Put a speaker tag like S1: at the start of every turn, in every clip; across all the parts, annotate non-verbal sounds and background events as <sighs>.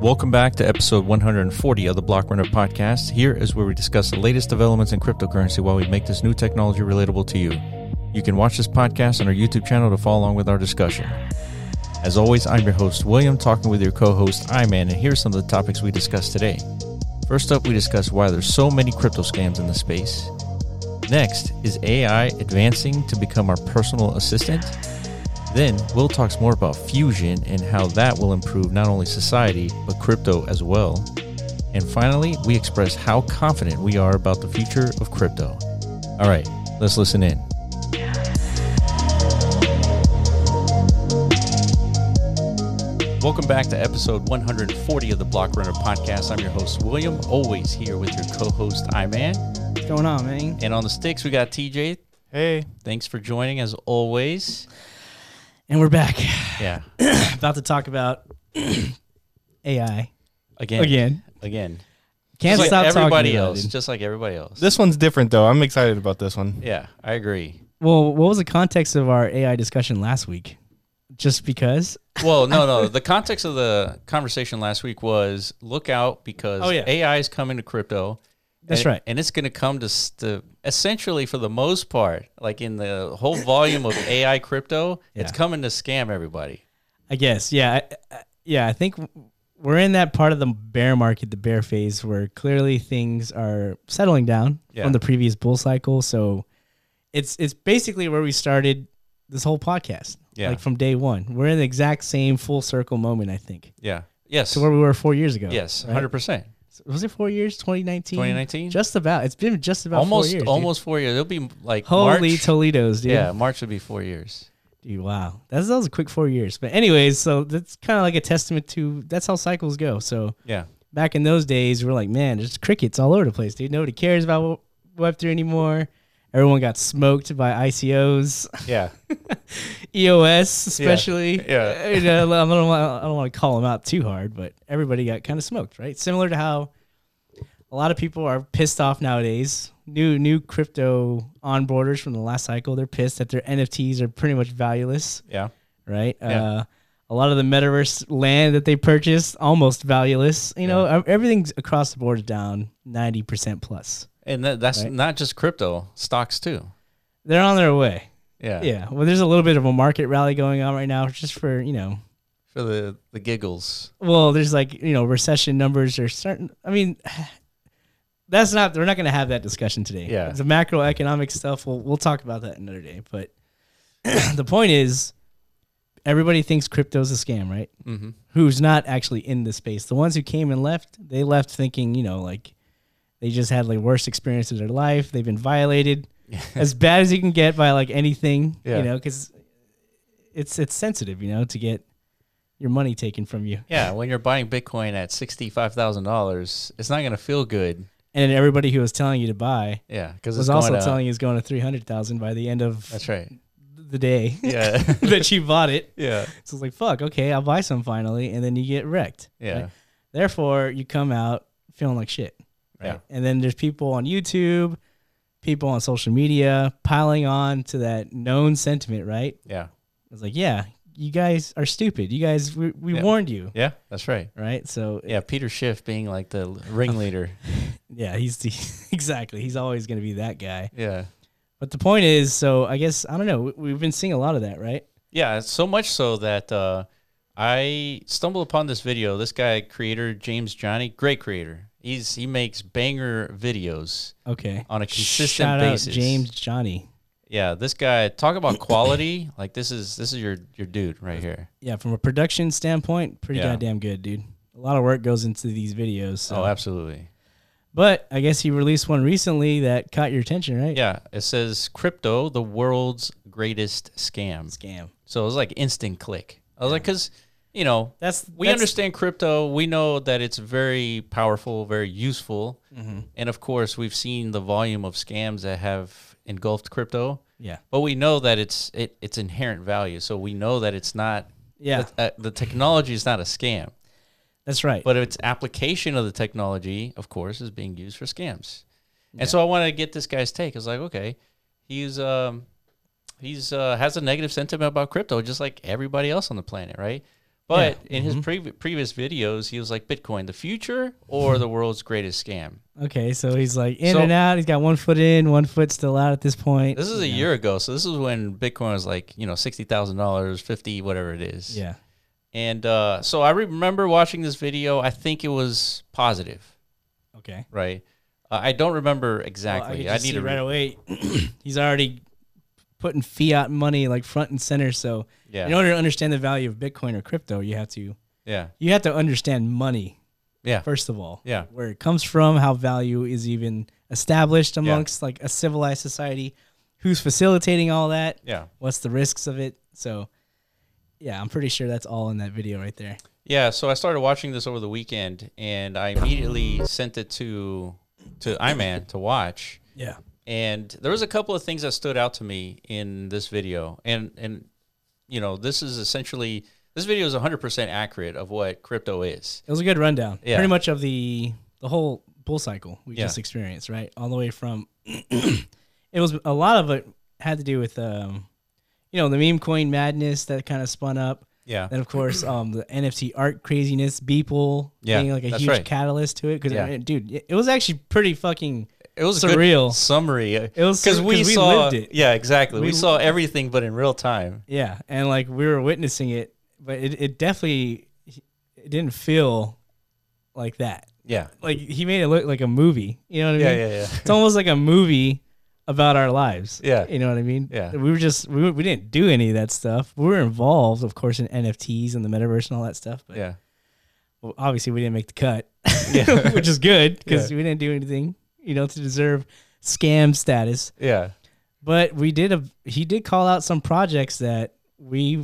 S1: Welcome back to episode 140 of the Block Runner podcast. Here is where we discuss the latest developments in cryptocurrency while we make this new technology relatable to you. You can watch this podcast on our YouTube channel to follow along with our discussion. As always, I'm your host, William, talking with your co host, Iman, and here's some of the topics we discussed today. First up, we discuss why there's so many crypto scams in the space. Next, is AI advancing to become our personal assistant? Then, Will talks more about fusion and how that will improve not only society, but crypto as well. And finally, we express how confident we are about the future of crypto. All right, let's listen in. Welcome back to episode 140 of the Block Runner podcast. I'm your host, William, always here with your co host, Iman.
S2: What's going on, man?
S1: And on the sticks, we got TJ.
S3: Hey,
S1: Thanks for joining as always.
S2: And we're back. <sighs>
S1: Yeah.
S2: About to talk about <clears throat> AI
S1: Again.
S3: again.
S1: Again.
S2: Can't
S1: just
S2: stop
S1: like
S2: talking
S1: everybody
S2: about
S1: else.
S2: it.
S1: Just like everybody else.
S3: This one's different though. I'm excited about this one.
S1: yeah, I agree.
S2: Well, what was the context of our AI discussion last week? Just because?
S1: Well, no, no. The context of the conversation last week was look out because
S2: Oh, yeah.
S1: AI is coming to crypto.
S2: That's
S1: and-
S2: right.
S1: And it's going to come to, s- to essentially, for the most part, like in the whole volume of AI crypto, it's
S2: Yeah.
S1: coming to scam everybody.
S2: I guess. Yeah. I, I, yeah. I think w- we're in that part of the bear market, the bear phase, where clearly things are settling down
S1: Yeah.
S2: from the previous bull cycle. So it's it's basically where we started this whole podcast.
S1: Yeah.
S2: Like from day one. We're in the exact same full circle moment, I think.
S1: Yeah. Yes.
S2: To where we were four years ago.
S1: yes.
S2: right?
S1: 100%.
S2: was it four years? 2019?
S1: 2019?
S2: Just about. It's been just about
S1: almost
S2: four years. dude.
S1: almost four years. It'll be like
S2: Holy
S1: March.
S2: Toledo's, dude.
S1: yeah, March would be four years.
S2: Dude, wow. That's, that was a quick four years. But, anyways, so that's kind of like a testament to that's how cycles go. So,
S1: Yeah,
S2: back in those days, we are like, man, there's crickets all over the place, dude. Nobody cares about Web3 anymore. Everyone got smoked by ICOs, <laughs>
S1: yeah,
S2: EOS E especially. Uh,
S1: Yeah.
S2: You know, I don't, want, I don't want to call them out too hard, but everybody got kind of smoked, right? Similar to how a lot of people are pissed off nowadays. New new crypto onboarders from the last cycle, they're pissed that their NFTs are pretty much valueless
S1: yeah,
S2: right?
S1: Yeah.
S2: Uh, a lot of the metaverse land that they purchased almost valueless. You know, ev- everything's across the board is down ninety percent plus.
S1: and that, that's
S2: Right.
S1: not just crypto stocks too.
S2: They're on their way.
S1: Yeah,
S2: Yeah. Well, there's a little bit of a market rally going on right now, just for you know.
S1: for the the giggles.
S2: Well, there's like you know recession numbers are certain. I mean. <sighs> That's not. We're not going to have that discussion today.
S1: Yeah.
S2: The macroeconomic stuff. We'll we'll talk about that another day. But <clears throat> the point is, everybody thinks crypto's a scam, right?
S1: Mm-hmm.
S2: who's not actually in the space. The ones who came and left, they left thinking, you know, like they just had like worst experience of their life. They've
S1: <laughs>
S2: been violated as bad as you can get by like anything,
S1: Yeah.
S2: you know, because it's it's sensitive, you know, to get your money taken from you.
S1: Yeah, when you're buying Bitcoin at sixty five thousand dollars, it's not gonna feel good.
S2: And everybody who was telling you to buy
S1: Yeah, because it's
S2: was also
S1: going up.
S2: telling you it's going to three hundred thousand by the end of
S1: That's
S2: <laughs>
S1: right.
S2: the day
S1: <laughs> Yeah,
S2: <laughs> that you bought it.
S1: yeah,
S2: So it's like fuck, okay, I'll buy some finally, and then you get wrecked.
S1: yeah,
S2: right? Therefore, you come out feeling like shit.
S1: yeah,
S2: And then there's people on YouTube, people on social media piling on to that known sentiment, right?
S1: yeah,
S2: It's like, yeah, you guys are stupid. You guys, we, we
S1: Yeah.
S2: warned you,
S1: yeah. That's right.
S2: right? So, yeah,
S1: Yeah, Peter Schiff being like the
S2: <laughs>
S1: ringleader.
S2: he's the <laughs> exactly. He's always going to be that guy.
S1: Yeah,
S2: But the point is, so I guess, I don't know, we- we've been seeing a lot of that, right?
S1: Yeah, so much so that uh, I stumbled upon this video. This guy, creator James Johnny, great creator. He's he makes banger videos.
S2: Okay.
S1: On a consistent
S2: Shout
S1: basis.
S2: Out James Johnny.
S1: Yeah, this guy talk about
S2: <coughs>
S1: quality. like this is this is your your dude right here.
S2: Yeah, from a production standpoint, pretty
S1: Yeah.
S2: goddamn good, dude. A lot of work goes into these videos. So.
S1: Oh, absolutely.
S2: but I guess he released one recently that caught your attention, right?
S1: Yeah, it says crypto, the world's greatest scam.
S2: Scam.
S1: So it was like instant click. I was like, because you know
S2: That's
S1: we
S2: that's-
S1: understand crypto. We know that it's very powerful, very useful,
S2: Mm-hmm.
S1: and of course, we've seen the volume of scams that have engulfed crypto.
S2: Yeah,
S1: But we know that it's it, it's inherent value, so we know that it's not.
S2: Yeah.
S1: that- uh, the technology is not a scam,
S2: that's right.
S1: but its application of the technology, of course, is being used for scams. And so I wanted to get this guy's take. I was like, okay, he's um, he's uh, has a negative sentiment about crypto, just like everybody else on the planet, right? But in his previ- previous videos, he was like Bitcoin, the future or the world's greatest scam.
S2: Okay, so he's like in
S1: So-
S2: and out. He's got one foot in, one foot still out at this point.
S1: This is a year ago, so this is when Bitcoin was like you know sixty thousand dollars, fifty, whatever it is.
S2: Yeah.
S1: And uh, so I remember watching this video. I think it was positive,
S2: Okay.
S1: right? Uh, I don't remember
S2: Well,
S1: exactly.
S2: I, could
S1: I
S2: just
S1: need
S2: see
S1: to
S2: right
S1: re-
S2: away. <clears throat> he's already putting fiat money like front and center. So
S1: Yeah.
S2: in order to understand the value of Bitcoin or crypto, you have to
S1: yeah,
S2: you have to understand money
S1: yeah,
S2: first of all.
S1: yeah,
S2: where it comes from, how value is even established amongst like a civilized society, who's facilitating all that,
S1: yeah,
S2: what's the risks of it. So, yeah, I'm pretty sure that's all in that video right there.
S1: yeah. So I started watching this over the weekend, and I immediately sent it to to Iman to watch.
S2: Yeah.
S1: and there was a couple of things that stood out to me in this video and and you know this is essentially this video is 100% accurate of what crypto is
S2: It was a good rundown.
S1: Yeah.
S2: Pretty much of the the whole bull cycle we
S1: Yeah.
S2: just experienced, right? All the way from <clears throat> it was a lot of it had to do with um you know, the meme coin madness that kind of spun up.
S1: yeah
S2: And of course, um, the NFT art craziness, Beeple
S1: Yeah,
S2: being like a
S1: that's
S2: huge
S1: right.
S2: catalyst to it. Because
S1: Yeah.
S2: dude, it it was actually pretty fucking.
S1: it was a
S2: surreal.
S1: good summary Uh, it
S2: was sur- 'cause we lived it.
S1: yeah exactly we,
S2: We-
S1: saw everything but in real time
S2: Yeah, and like we were witnessing it, but it, it definitely it didn't feel like that.
S1: yeah
S2: Like he made it look like a movie. You know what I
S1: yeah
S2: mean?
S1: yeah yeah
S2: It's almost like a movie about our lives.
S1: Yeah.
S2: you know what I mean.
S1: Yeah.
S2: we were just we, were- we didn't do any of that stuff. We were involved, of course, in NFTs and the metaverse and all that stuff. But
S1: yeah
S2: well, obviously we didn't make the cut,
S1: <laughs> Yeah.
S2: <laughs> which is good because we didn't do anything, you know, to deserve scam status.
S1: yeah
S2: But we did a he did call out some projects that we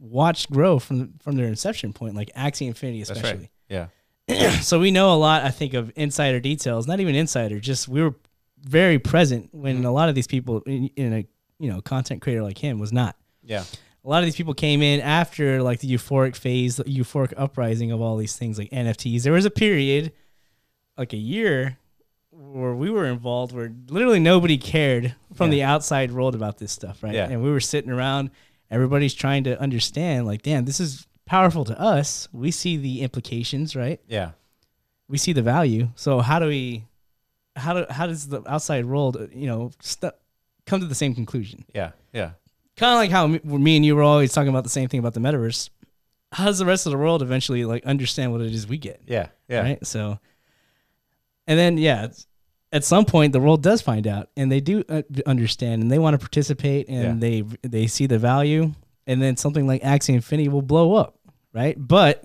S2: watched grow from from their inception point, like Axie Infinity
S1: that's
S2: especially.
S1: right yeah
S2: <clears throat> so we know a lot, I think, of insider details. Not even insider, just we were very present when
S1: Mm-hmm.
S2: a lot of these people in, in a you know content creator like him was not
S1: yeah
S2: a lot of these people came in after like the euphoric phase, the euphoric uprising of all these things like NFTs. There was a period, like a year, where we were involved where literally nobody cared from the outside world about this stuff, right?
S1: Yeah.
S2: And we were sitting around, everybody's trying to understand, like, damn, this is powerful to us. We see the implications, right?
S1: yeah
S2: we see the value. So how do we, how do how does the outside world, uh, you know, stu come to the same conclusion?
S1: yeah yeah
S2: kind of like how m- me and you were always talking about the same thing about the metaverse. How does the rest of the world eventually like understand what it is we get?
S1: yeah yeah
S2: Right. So, and then yeah, it's- at some point the world does find out, and they do uh, understand, and they want to participate, and they they see the value, and then something like Axie Infinity will blow up, right? But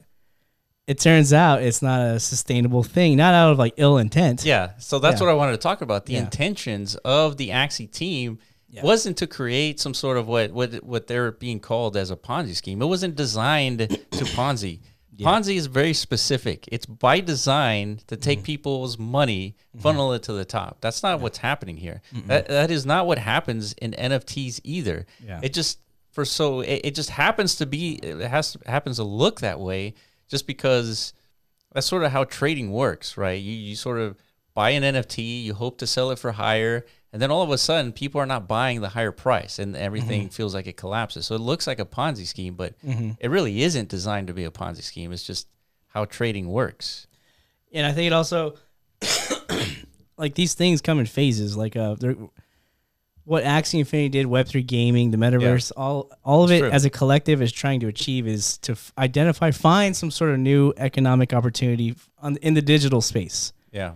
S2: it turns out it's not a sustainable thing, not out of like ill intent.
S1: Yeah. So that's
S2: Yeah.
S1: what I wanted to talk about. The
S2: Yeah.
S1: intentions of the Axie team wasn't to create some sort of what what what they're being called as a Ponzi scheme. It wasn't designed
S2: <coughs>
S1: to Ponzi. Ponzi is very specific. It's by design to
S2: Mm-hmm.
S1: take people's money, funnel it to the top. That's not what's happening here. That, that is not what happens in NFTs either.
S2: Yeah.
S1: It just for so it, it just happens to be it has happens to look that way just because that's sort of how trading works, right? You you sort of buy an NFT, you hope to sell it for higher, and then all of a sudden people are not buying the higher price and everything feels like it collapses. So it looks like a Ponzi scheme, but it really isn't designed to be a Ponzi scheme. It's just how trading works.
S2: and I think it also <coughs> like these things come in phases. Like uh, they're, what Axie Infinity did, Web three gaming, the metaverse, all all of it
S1: true.
S2: as a collective is trying to achieve is to f- identify, find some sort of new economic opportunity f- on, in the digital space,
S1: Yeah.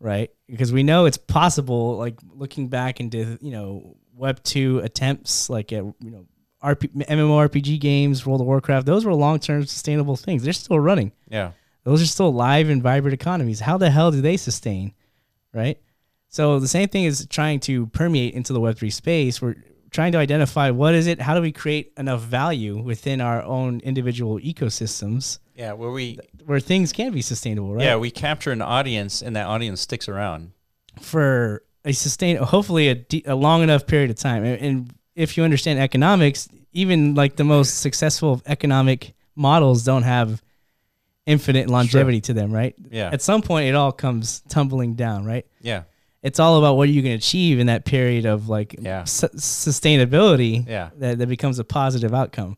S2: right? Because we know it's possible. Like looking back into you know Web two attempts, like at, you know. RP, MMORPG games, World of Warcraft, those were long term sustainable things. They're still running
S1: Yeah.
S2: those are still live and vibrant economies. How the hell do they sustain? Right? So the same thing is trying to permeate into the Web3 space. We're trying to identify what is it? How do we create enough value within our own individual ecosystems
S1: Yeah. Where we
S2: where things can be sustainable, right?
S1: yeah, we capture an audience and that audience sticks around.
S2: For a sustain, hopefully a, de- a long enough period of time. And, and if you understand economics, even like the most successful of economic models don't have infinite longevity to them, right?
S1: Yeah.
S2: At some point, it all comes tumbling down, right?
S1: Yeah.
S2: it's all about what you can achieve in that period of like
S1: Yeah.
S2: su- sustainability
S1: Yeah.
S2: that, that becomes a positive outcome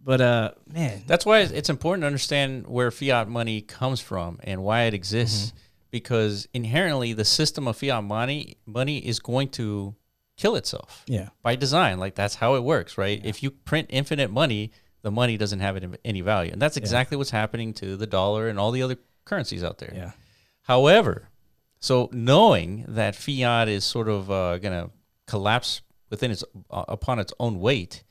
S2: But uh, man,
S1: That's why it's important to understand where fiat money comes from and why it exists,
S2: Mm-hmm.
S1: because inherently the system of fiat money money is going to kill itself
S2: yeah,
S1: by design. Like that's how it works, right? If you print infinite money, the money doesn't have it- any value, and that's exactly what's happening to the dollar and all the other currencies out there.
S2: yeah,
S1: However, so knowing that fiat is sort of uh, going to collapse within its uh, upon its own weight,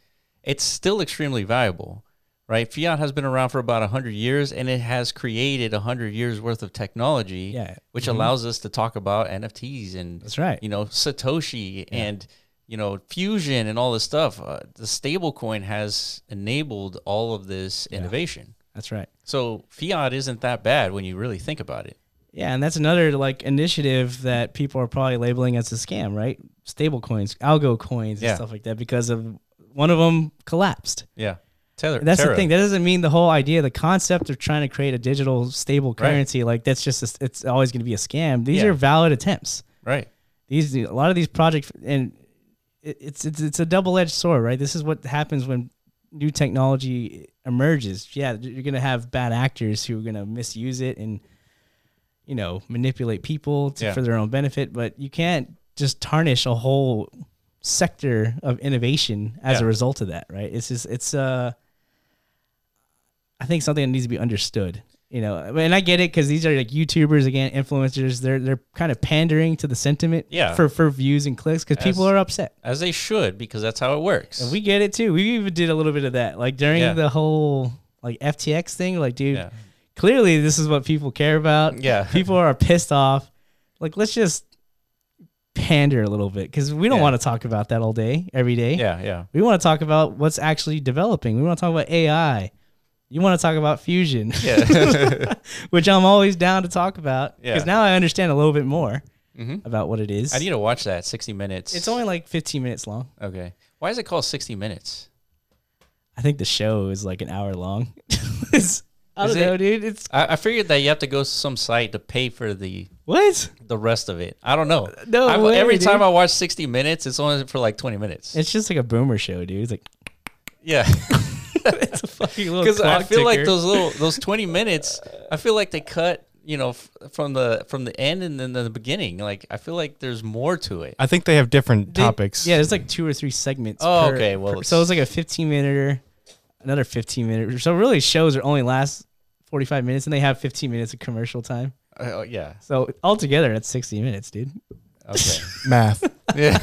S1: it's still extremely valuable, right? Fiat has been around for about 100 years and it has created 100 years worth of technology
S2: Yeah. Mm-hmm.
S1: which allows us to talk about NFTs and
S2: That's right.
S1: you know, Satoshi and you know, fusion and all this stuff. Uh, the stablecoin has enabled all of this innovation.
S2: that's right.
S1: So fiat isn't that bad when you really think about it.
S2: Yeah, and that's another like initiative that people are probably labeling as a scam, right? Stable coins, algo coins, and
S1: Yeah.
S2: stuff like that, because of one of them collapsed.
S1: Yeah. Tether.
S2: That's
S1: Terra.
S2: the thing. That doesn't mean the whole idea, the concept of trying to create a digital stable
S1: Right.
S2: currency, like that's just a, it's always going to be a scam. These
S1: Yeah.
S2: are valid attempts.
S1: Right.
S2: These a lot of these projects, and it, it's it's it's a double edged sword, right? This is what happens when new technology emerges. Yeah, you're going to have bad actors who are going to misuse it and you know manipulate people to,
S1: Yeah.
S2: for their own benefit, but you can't just tarnish a whole sector of innovation as
S1: Yeah.
S2: a result of that, right? It's just it's uh I think something that needs to be understood. You know, I mean, and I get it because these are like YouTubers again, influencers. They're they're kind of pandering to the sentiment,
S1: Yeah.
S2: for for views and clicks because people
S1: As-
S2: are upset.
S1: As they should, because that's how it works.
S2: And we get it too. We even did a little bit of that, like during
S1: Yeah.
S2: the whole like FTX thing. Like, dude,
S1: Yeah.
S2: clearly this is what people care about.
S1: Yeah. <laughs>
S2: people are pissed off. Like, let's just pander a little bit because we don't
S1: Yeah.
S2: want to talk about that all day, every day.
S1: Yeah, yeah.
S2: We want to talk about what's actually developing. We want to talk about AI. You want to talk about fusion,
S1: Yeah.
S2: <laughs> which I'm always down to talk about
S1: Yeah.
S2: because now I understand a little bit more
S1: hmm
S2: about what it is.
S1: I need to watch that 60 minutes.
S2: it's only like 15 minutes long.
S1: Okay. Why is it called 60 minutes?
S2: I think the show is like an hour long. <laughs> It's- I
S1: Is
S2: don't
S1: it?
S2: know, dude. It's
S1: I, I figured that you have to go to some site to pay for the
S2: what?
S1: the rest of it. I don't know.
S2: No
S1: I've-
S2: way,
S1: every
S2: dude.
S1: time I watch 60 minutes, it's only for like 20 minutes.
S2: It's just like a boomer show, dude. It's like <laughs>
S1: yeah.
S2: it's a fucking
S1: <laughs>
S2: little
S1: Because I
S2: clock
S1: feel like
S2: ticker.
S1: those little
S2: <laughs>
S1: those 20 minutes, I feel like they cut, you know, f- from the from the end and then the beginning. Like I feel like there's more to it.
S3: I think they have different
S2: They-
S3: topics.
S2: Yeah, there's like two or three segments.
S1: Oh,
S2: per-
S1: okay, well,
S2: per-
S1: it's-
S2: so it's like a 15 minute, another 15 minute. So really, shows are only last 45 minutes, and they have 15 minutes of commercial time.
S1: Uh,
S2: <laughs>
S1: yeah.
S2: So altogether, that's 60 minutes, dude.
S1: Okay.
S3: <laughs> Math.
S1: yeah.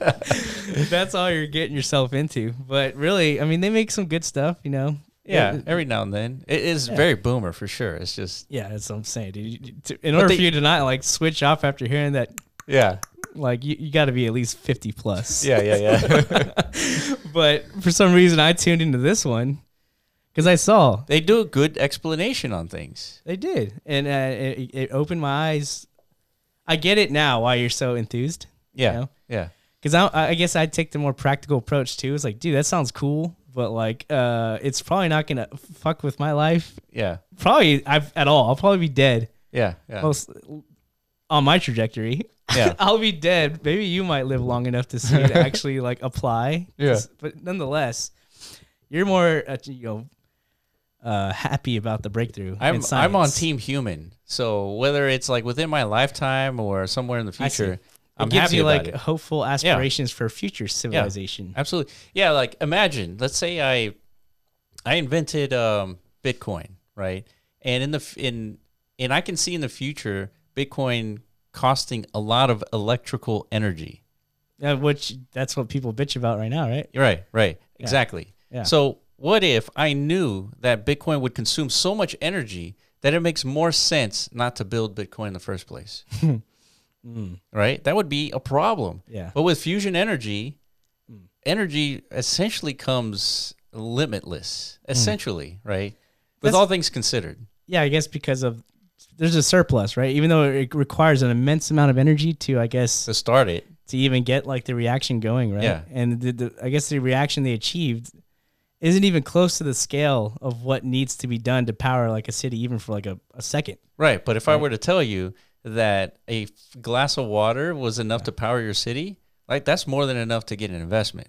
S2: <laughs> that's all you're getting yourself into. But really, I mean, they make some good stuff, you know.
S1: Yeah, every now and then. It is very boomer for sure. It's just
S2: Yeah, that's what I'm saying, dude. You- you- to- In order
S1: they-
S2: for you to not like switch off after hearing that,
S1: yeah,
S2: like you, you got to be at least 50 plus.
S1: yeah, yeah, yeah.
S2: But for some reason, I tuned into this one because I saw
S1: <laughs> they do a good explanation on things.
S2: They did, and uh, it, it opened my eyes. I get it now why you're so enthused.
S1: Yeah,
S2: You know?
S1: yeah,
S2: Because I, I guess I take the more practical approach too. It's like, dude, that sounds cool, but like, uh, it's probably not gonna f- fuck with my life.
S1: yeah,
S2: Probably I've, at all. I'll probably be dead.
S1: yeah, yeah.
S2: Most on my trajectory.
S1: Yeah.
S2: <laughs> I'll be dead. Maybe you might live long enough
S1: <laughs>
S2: to see it actually like apply.
S3: Yeah.
S2: But nonetheless, you're more uh, you know uh, happy about the breakthrough. in
S1: I'm I'm on
S2: science.
S1: team human. So whether it's like within my lifetime or somewhere in the
S2: I see.
S1: future,
S2: It
S1: I'm
S2: gives
S1: happy
S2: you
S1: about
S2: like
S1: it.
S2: hopeful aspirations for future civilization.
S1: Absolutely. Yeah, like imagine, let's say I I invented um Bitcoin, right? And in the f- in and I can see in the future Bitcoin costing a lot of electrical energy.
S2: Uh, which that's what people bitch about right now, right?
S1: You're Right, right. Exactly.
S2: Yeah.
S1: So, what if I knew that Bitcoin would consume so much energy that it makes more sense not to build Bitcoin in the first place? Right? That would be a problem.
S2: Yeah.
S1: But with fusion energy, energy essentially comes limitless, essentially, right? With
S2: That's-
S1: all things considered.
S2: Yeah, I guess because of there's a surplus, right? Even though it requires an immense amount of energy to, I guess,
S1: To start it,
S2: to even get like the reaction going, right?
S1: Yeah.
S2: And the, the, I guess the reaction they achieved isn't even close to the scale of what needs to be done to power like a city, even for like a, a second.
S1: right? But if I were to tell you that a f- glass of water was enough to power your city, like that's more than enough to get an investment.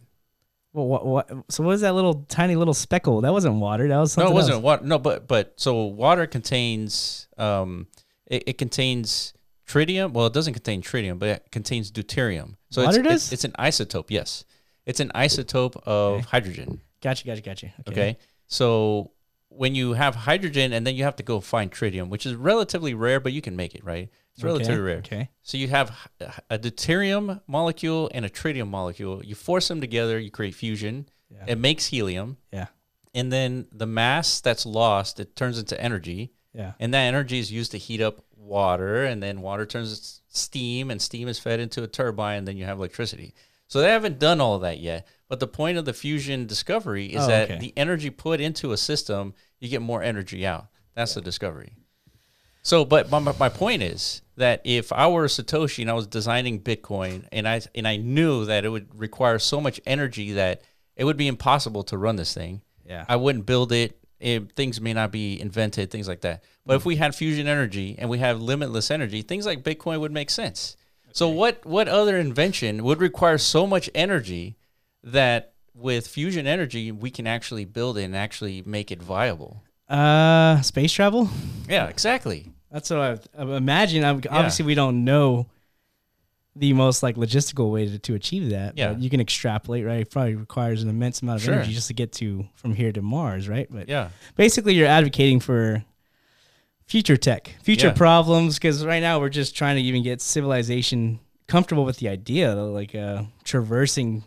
S2: Well, what, what, so what was that little tiny little speckle? That wasn't water. That was
S1: No,
S2: something
S1: it wasn't
S2: else.
S1: water. No, but but so water contains um it, it contains tritium. Well, it doesn't contain tritium, but it contains deuterium. So
S2: Water
S1: it's,
S2: does?
S1: It's, it's an isotope. Yes, it's an isotope of hydrogen.
S2: Gotcha, gotcha, gotcha. Okay.
S1: Okay. So when you have hydrogen and then you have to go find tritium, which is relatively rare, but you can make it, right? It's relatively
S2: Okay,
S1: rare.
S2: Okay.
S1: So you have h- a deuterium molecule and a tritium molecule. You force them together, you create fusion.
S2: Yeah.
S1: It makes helium.
S2: Yeah.
S1: And then the mass that's lost, it turns into energy.
S2: Yeah.
S1: And that energy is used to heat up water, and then water turns s- steam, and steam is fed into a turbine, and then you have electricity. So they haven't done all of that yet. But the point of the fusion discovery is
S2: Oh,
S1: that
S2: okay.
S1: the energy put into a system, you get more energy out. That's the discovery. So, but my, my my point is that if I were Satoshi and I was designing Bitcoin, and I and I knew that it would require so much energy that it would be impossible to run this thing.
S2: Yeah.
S1: I wouldn't build it. It- things may not be invented, things like that. But if we had fusion energy and we have limitless energy, things like Bitcoin would make sense. So what what other invention would require so much energy that with fusion energy we can actually build it and actually make it viable?
S2: Uh, space travel.
S1: Yeah, exactly.
S2: That's what I, I imagine. I'm, Obviously, we don't know the most like logistical way to, to achieve that. but
S1: Yeah.
S2: you can extrapolate, right? It probably requires an immense amount of
S1: Sure.
S2: energy just to get to from here to Mars, right? But
S1: Yeah.
S2: basically, you're advocating for future tech, future
S1: Yeah.
S2: problems, because right now we're just trying to even get civilization comfortable with the idea, of, like uh, traversing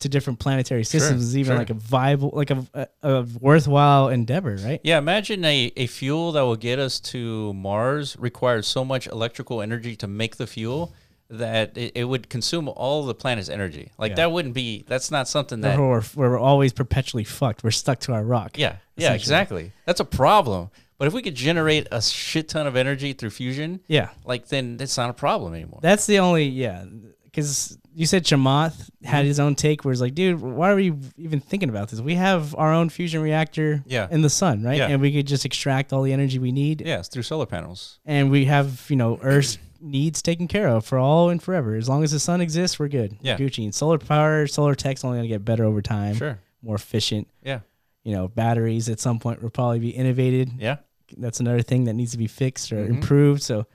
S2: to different planetary systems is even
S1: sure.
S2: like a viable, like a, a, a worthwhile endeavor, right?
S1: Yeah, imagine a, a fuel that will get us to Mars requires so much electrical energy to make the fuel that it, it would consume all the planet's energy. Like
S2: Yeah.
S1: that wouldn't be that's not something that
S2: Where we're, where we're always perpetually fucked. We're stuck to our rock.
S1: Yeah. Yeah,
S2: essentially.
S1: exactly. That's a problem. But if we could generate a shit ton of energy through fusion,
S2: Yeah.
S1: like then it's not a problem anymore.
S2: That's the only, yeah. Because you said Chamath had his own take where it's like, dude, why are we even thinking about this? We have our own fusion reactor
S1: Yeah.
S2: in the sun, right?
S1: Yeah.
S2: And we could just extract all the energy we need.
S1: yeah, it's through solar panels.
S2: And we have, you know, Earth's needs taken care of for all and forever. As long as the sun exists, we're good.
S1: Yeah.
S2: Gucci. And solar power, solar tech's only going to get better over time,
S1: Sure.
S2: more efficient.
S1: Yeah.
S2: You know, batteries at some point will probably be innovated.
S1: Yeah.
S2: that's another thing that needs to be fixed or
S1: Mm-hmm.
S2: improved. So,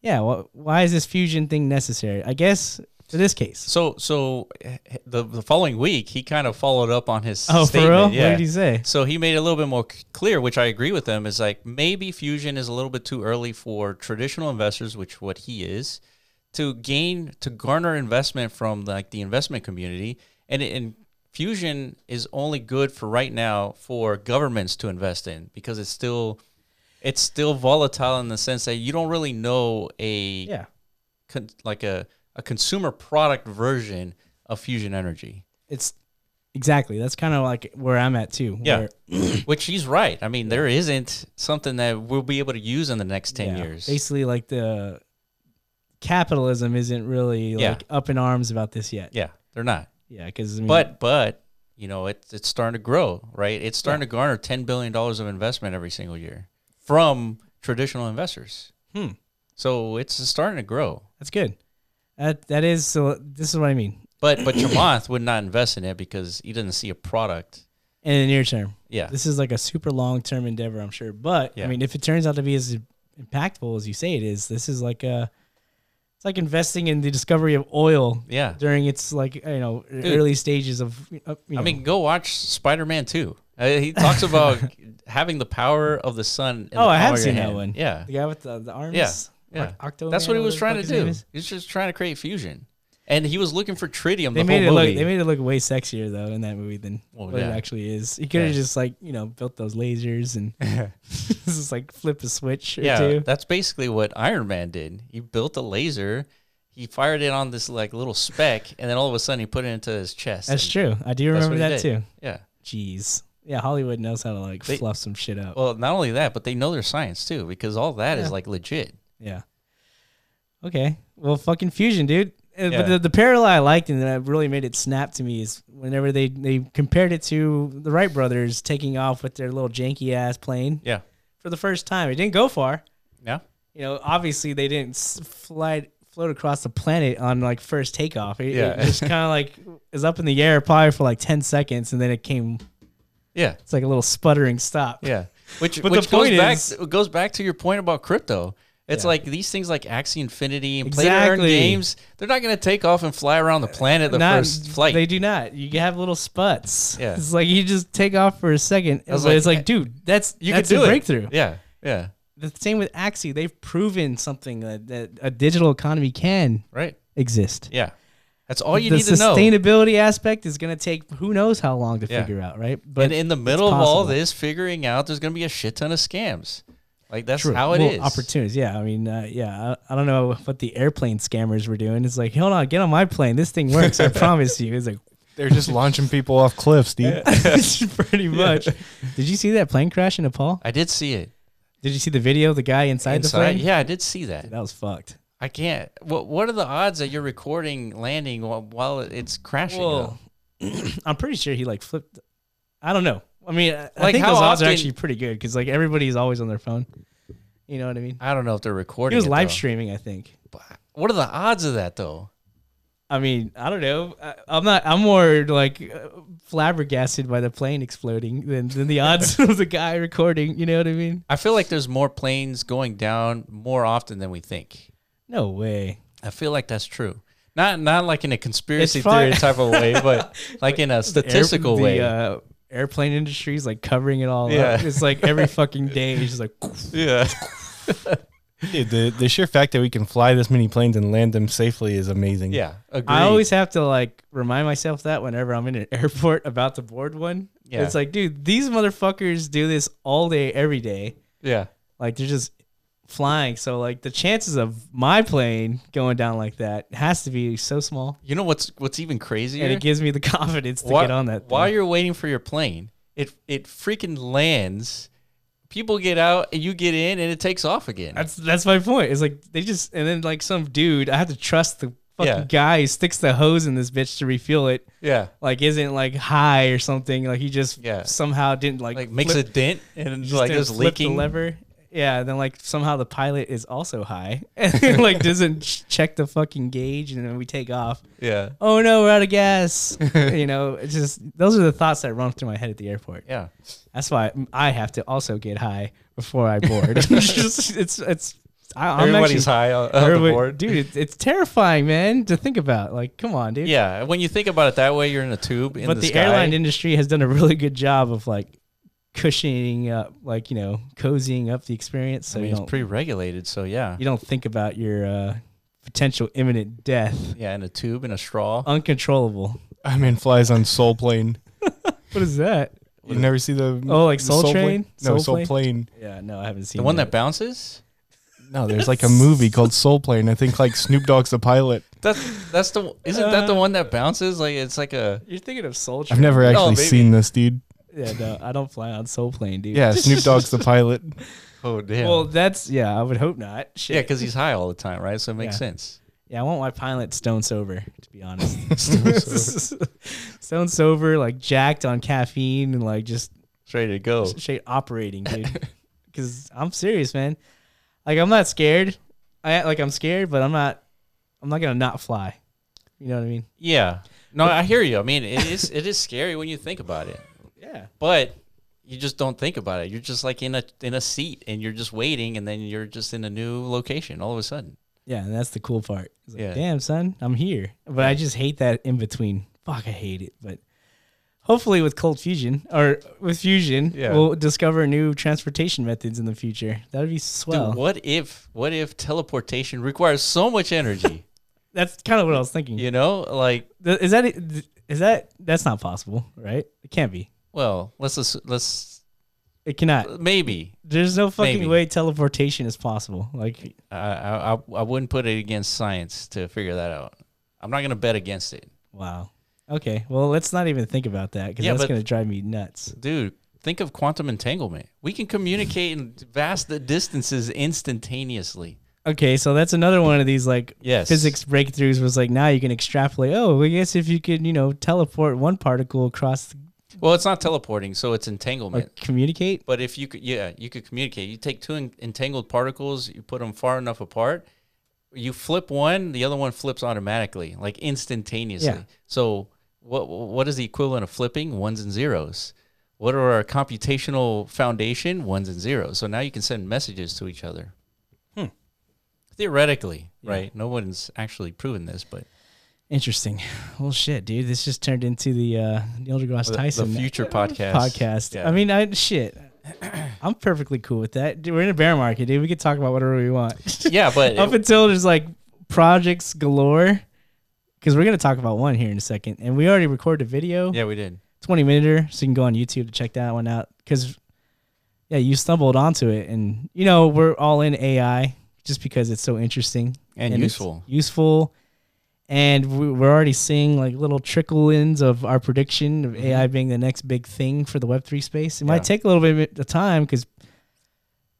S2: yeah, wh- why is this fusion thing necessary? I guess for this case.
S1: So so eh, the the following week he kind of followed up on his
S2: Oh, for
S1: statement.
S2: real?
S1: Yeah.
S2: What did he say?
S1: So he made it a little bit more c- clear, which I agree with him, is like maybe fusion is a little bit too early for traditional investors, which what he is, to gain to garner investment from like the investment community. And, and fusion is only good for right now for governments to invest in because it's still it's still volatile in the sense that you don't really know a
S2: Yeah,
S1: con, like a, a consumer product version of fusion energy.
S2: it's exactly that's kind of like where I'm at too.
S1: Yeah.
S2: where-
S1: Which he's right. I mean, there isn't something that we'll be able to use in the next 10
S2: yeah,
S1: years.
S2: Basically, like the capitalism isn't really
S1: Yeah.
S2: like up in arms about this yet.
S1: yeah, they're not.
S2: Yeah, because I mean,
S1: But, but, you know, it's it's starting to grow, right? It's starting to garner $10 billion of investment every single year from traditional investors.
S2: Hmm.
S1: So it's starting to grow.
S2: that's good. That that is so. This is what I mean.
S1: But,
S2: <coughs>
S1: but Chamath would not invest in it because he doesn't see a product.
S2: In the near term,
S1: Yeah.
S2: this is like a super long term endeavor, I'm sure. But I
S1: Yeah.
S2: mean, if it turns out to be as impactful as you say it is, this is like a it's like investing in the discovery of oil
S1: Yeah.
S2: during its like you know e-, early stages of. uh, You know,
S1: I mean, go watch Spider Man 2. Uh, he talks
S2: <laughs>
S1: about having the power of the sun. In
S2: oh,
S1: the palm
S2: I have
S1: of your
S2: seen that
S1: hand.
S2: one.
S1: Yeah.
S2: the guy with the, the arms.
S1: Yeah, yeah.
S2: Oc- Octo
S1: That's
S2: Man,
S1: what he was
S2: the
S1: trying
S2: fuck
S1: to
S2: his name
S1: do.
S2: is.
S1: He's just trying to create fusion, and he was looking for tritium.
S2: They
S1: the
S2: made it
S1: whole
S2: look.
S1: movie.
S2: They made it look way sexier though in that movie than
S1: Well,
S2: what
S1: yeah.
S2: it actually is. He could have
S1: Yeah.
S2: just like you know built those
S1: <laughs>
S2: lasers and <laughs> just like flip a switch or
S1: yeah,
S2: two.
S1: that's basically what Iron Man did. He built a laser, he fired it on this like little speck, and then all of a sudden he put it into his chest.
S2: That's
S1: and-
S2: true. I do
S1: that's
S2: remember
S1: what he did.
S2: that too.
S1: Yeah.
S2: Jeez. Yeah, Hollywood knows how to like
S1: They-
S2: fluff some shit up.
S1: Well, not only that, but they know their science too, because all that is
S2: Yeah.
S1: like legit.
S2: yeah. Okay. Well, fucking fusion, dude. Uh,
S1: Yeah.
S2: But the, the parallel I liked and that really made it snap to me is whenever they, they compared it to the Wright brothers taking off with their little janky ass plane
S1: Yeah.
S2: for the first time. It didn't go far.
S1: Yeah.
S2: You know, obviously they didn't s- fly float across the planet on like first takeoff. It,
S1: Yeah.
S2: it just kind of like is up in the air probably for like ten seconds, and then it came.
S1: Yeah.
S2: It's like a little sputtering stop.
S1: Yeah. <laughs> Which
S2: But the
S1: which
S2: point
S1: goes
S2: is-
S1: back goes back to your point about crypto. It's
S2: Yeah.
S1: like these things like Axie Infinity and play to earn
S2: Exactly. Uh,
S1: games, they're not going to take off and fly around the planet the
S2: Not-
S1: first flight.
S2: They do not. You have little sputs.
S1: Yeah.
S2: It's like you just take off for a second.
S1: I was
S2: It's like,
S1: like, eh,
S2: it's like, dude, that's
S1: you
S2: that's
S1: could do
S2: a
S1: it.
S2: breakthrough.
S1: Yeah. Yeah.
S2: The same with Axie. They've proven something that, that a digital economy can
S1: Right.
S2: exist.
S1: Yeah. That's all you
S2: the
S1: need to know.
S2: sustainability aspect is going to take who knows how long to
S1: Yeah.
S2: figure out, right? But
S1: And in the middle of all
S2: possible.
S1: this figuring out, there's going to be a shit ton of scams. Like that's how it
S2: Well,
S1: is.
S2: Opportunities. Yeah. I mean, uh, yeah. I, I don't know what the airplane scammers were doing. It's like, hold on, get on my plane. This thing works.
S1: <laughs>
S2: I promise you. It's like, <laughs>
S3: They're just launching people off cliffs, dude.
S2: pretty much. Did you see that plane crash in Nepal?
S1: I did see it
S2: Did you see the video? of The guy inside, the
S1: inside.
S2: plane.
S1: Yeah, I did see that.
S2: That was fucked.
S1: I can't. What What are the odds that you're recording landing while, while it's crashing? though?
S2: Well, <clears throat> I'm pretty sure he like flipped. I don't know. I mean, I- I
S1: Like,
S2: think
S1: how
S2: those odds are
S1: often-
S2: actually pretty good because like everybody's always on their phone. You know what I mean?
S1: I don't know if they're recording.
S2: He was
S1: it,
S2: live
S1: though.
S2: streaming, I think.
S1: What are the odds of that though?
S2: I mean, I don't know. I, I'm not. I'm more like uh, flabbergasted by the plane exploding than, than
S1: <laughs>
S2: the odds of the guy recording. You know what I mean?
S1: I feel like there's more planes going down more often than we think.
S2: No way.
S1: I feel like that's true. Not not like in a conspiracy
S2: It's probably-
S1: theory type of way,
S2: <laughs>
S1: but like in a statistical
S2: Air-
S1: way.
S2: The, uh, airplane industry is like covering it all
S1: Yeah.
S2: up. It's
S1: <laughs>
S2: like every fucking day, it's just like uh,
S1: yeah.
S3: <laughs> dude the, the sheer fact that we can fly this many planes and land them safely is
S1: <laughs>
S3: amazing.
S1: Yeah. Agreed.
S2: I always have to like remind myself that whenever I'm in an <laughs> airport about to board one.
S1: Yeah.
S2: It's like, dude, these motherfuckers do this all day, every day.
S1: yeah.
S2: Like they're just flying. So like the chances of my plane going down like that has to be so small.
S1: You know what's what's even crazier?
S2: And it gives me the <laughs> confidence to
S1: Whi-
S2: get on that.
S1: While
S2: thing.
S1: you're waiting for your plane, it it freaking lands. People get out, and you get in, and it takes off again.
S2: that's that's my point. It's like they just and then like some dude, I have to trust the fucking
S1: Yeah.
S2: guy who sticks the hose in this bitch to refuel it.
S1: yeah,
S2: Like isn't like high or something. Like he just
S1: Yeah.
S2: somehow didn't like
S1: like makes
S2: flip-
S1: a dent, and
S2: just
S1: like
S2: didn't
S1: is
S2: flip the
S1: leaking.
S2: lever. Yeah, then like somehow the pilot is also high <laughs> and
S1: <laughs>
S2: like doesn't ch- check the fucking gauge, and then we take off.
S1: Yeah,
S2: Oh no, we're out
S1: <laughs>
S2: of gas. you know, it's just those are the thoughts that run through my head at the airport.
S1: yeah.
S2: That's why I have to also get high before
S1: <laughs>
S2: I board. <laughs> it's, just, it's it's I, I'm
S1: Everybody's
S2: actually,
S1: high on, on
S2: everybody-
S1: the board.
S2: dude. It's, it's terrifying, man, to think about. Like, come on, dude.
S1: Yeah, when you think about it that way, you're in a tube in
S2: but
S1: the,
S2: the,
S1: sky.
S2: airline industry has done a really good job of like cushioning up, like you know, cozying up the
S1: I
S2: experience. So
S1: mean,
S2: you
S1: it's
S2: don't
S1: pre-regulated, so yeah,
S2: you don't think about your uh, potential imminent death.
S1: yeah, in a tube in a straw.
S2: Um, Uncontrollable.
S3: I mean, flies on Soul Plane.
S2: What is that?
S3: You never see the
S2: Oh, like Soul
S3: Plane?
S2: Train?
S3: No,
S2: Soul
S3: Soul
S2: Plane?
S3: Plane.
S2: Yeah, no, I haven't seen
S1: the one that bounces.
S3: No,
S1: <laughs>
S3: there's like a movie called Soul Plane. I think like Snoop Dogg's the pilot.
S1: That's that's the isn't that the
S2: Uh,
S1: one that bounces? Like it's like a
S2: You're thinking of Soul Train.
S3: I've never
S1: Oh,
S3: actually
S1: maybe.
S3: seen
S1: <laughs>
S3: this, dude.
S2: Yeah, no, I don't fly on Soul Plane, dude.
S3: Yeah, Snoop Dogg's the pilot.
S1: oh damn.
S2: <laughs> Well, that's yeah. I would hope not. Shit.
S1: yeah, because he's high all the time, right? So it makes
S2: Yeah.
S1: sense.
S2: yeah, I want my pilot stone sober. To be honest, stone sober, like jacked on caffeine and like just
S1: It's ready to go.
S2: straight operating, dude. Because I'm serious, man. Like I'm not scared. I act like I'm scared, but I'm not. I'm not gonna not fly. You know what I mean?
S1: Yeah. No, I hear you. I mean, it is it is scary when you think about it,
S2: Yeah.
S1: but you just don't think about it. You're just like in a in a seat and you're just waiting, and then you're just in a new location all of a sudden.
S2: Yeah, and that's the cool part. It's like,
S1: Yeah.
S2: Damn, son, I'm here. But I just hate that in between. Fuck, I hate it. But hopefully, with cold fusion or with fusion,
S1: Yeah.
S2: we'll discover new transportation methods in the future. That would be
S1: Dude,
S2: swell.
S1: what if what if teleportation requires so much energy? <laughs>
S2: that's kind of what I was thinking.
S1: you know, like
S2: Th- Is that is that that's not possible, right? It can't be.
S1: well, let's ass- let's
S2: It cannot.
S1: maybe
S2: There's no fucking
S1: Maybe.
S2: way teleportation is possible. Like
S1: I, I I- I wouldn't put it against science to figure that out. I'm not gonna bet against it,
S2: Wow. Okay. Well, let's not even think about that because
S1: Yeah,
S2: that's
S1: but-
S2: going to drive me nuts.
S1: dude. Think of quantum entanglement. We can communicate in vast distances instantaneously.
S2: Okay, so that's another one of these like
S1: Yes.
S2: physics breakthroughs. Was like now you can extrapolate. Oh, well, I guess if you could, you know, teleport one particle across,
S1: Well, it's not teleporting, so it's
S2: or
S1: entanglement.
S2: communicate.
S1: But if you could, yeah, you could communicate. You take two en- entangled particles, you put them far enough apart, you flip one, the other one flips automatically, like instantaneously.
S2: Yeah.
S1: So what what is the equivalent of flipping ones and zeros? What are our computational foundation ones and zeros? So now you can send messages to each other. Theoretically, right? No one's actually proven this, but
S2: Interesting. <sighs> Well, shit, dude. This just turned into the uh, Neil deGrasse
S1: the, the
S2: Tyson
S1: future podcast.
S2: podcast.
S1: Yeah.
S2: I mean, I shit. <clears throat> I'm perfectly cool with that. Dude, we're in a bear market, dude. We can talk about whatever we
S1: <laughs>
S2: want.
S1: yeah, but
S2: <laughs> Up until there's like projects galore, because we're gonna talk about one here in a second, and we already recorded a video,
S1: yeah, we did.
S2: 20 minuter, so you can go on YouTube to check that one out. Because yeah, you stumbled onto it, and you know we're all in AI just because it's so interesting
S1: And,
S2: it's
S1: useful.
S2: useful. And we- we're already seeing like little trickle ins of our prediction of AI being the next big thing for the Web3 space. It
S1: Mm-hmm. Yeah.
S2: might take a little bit of time because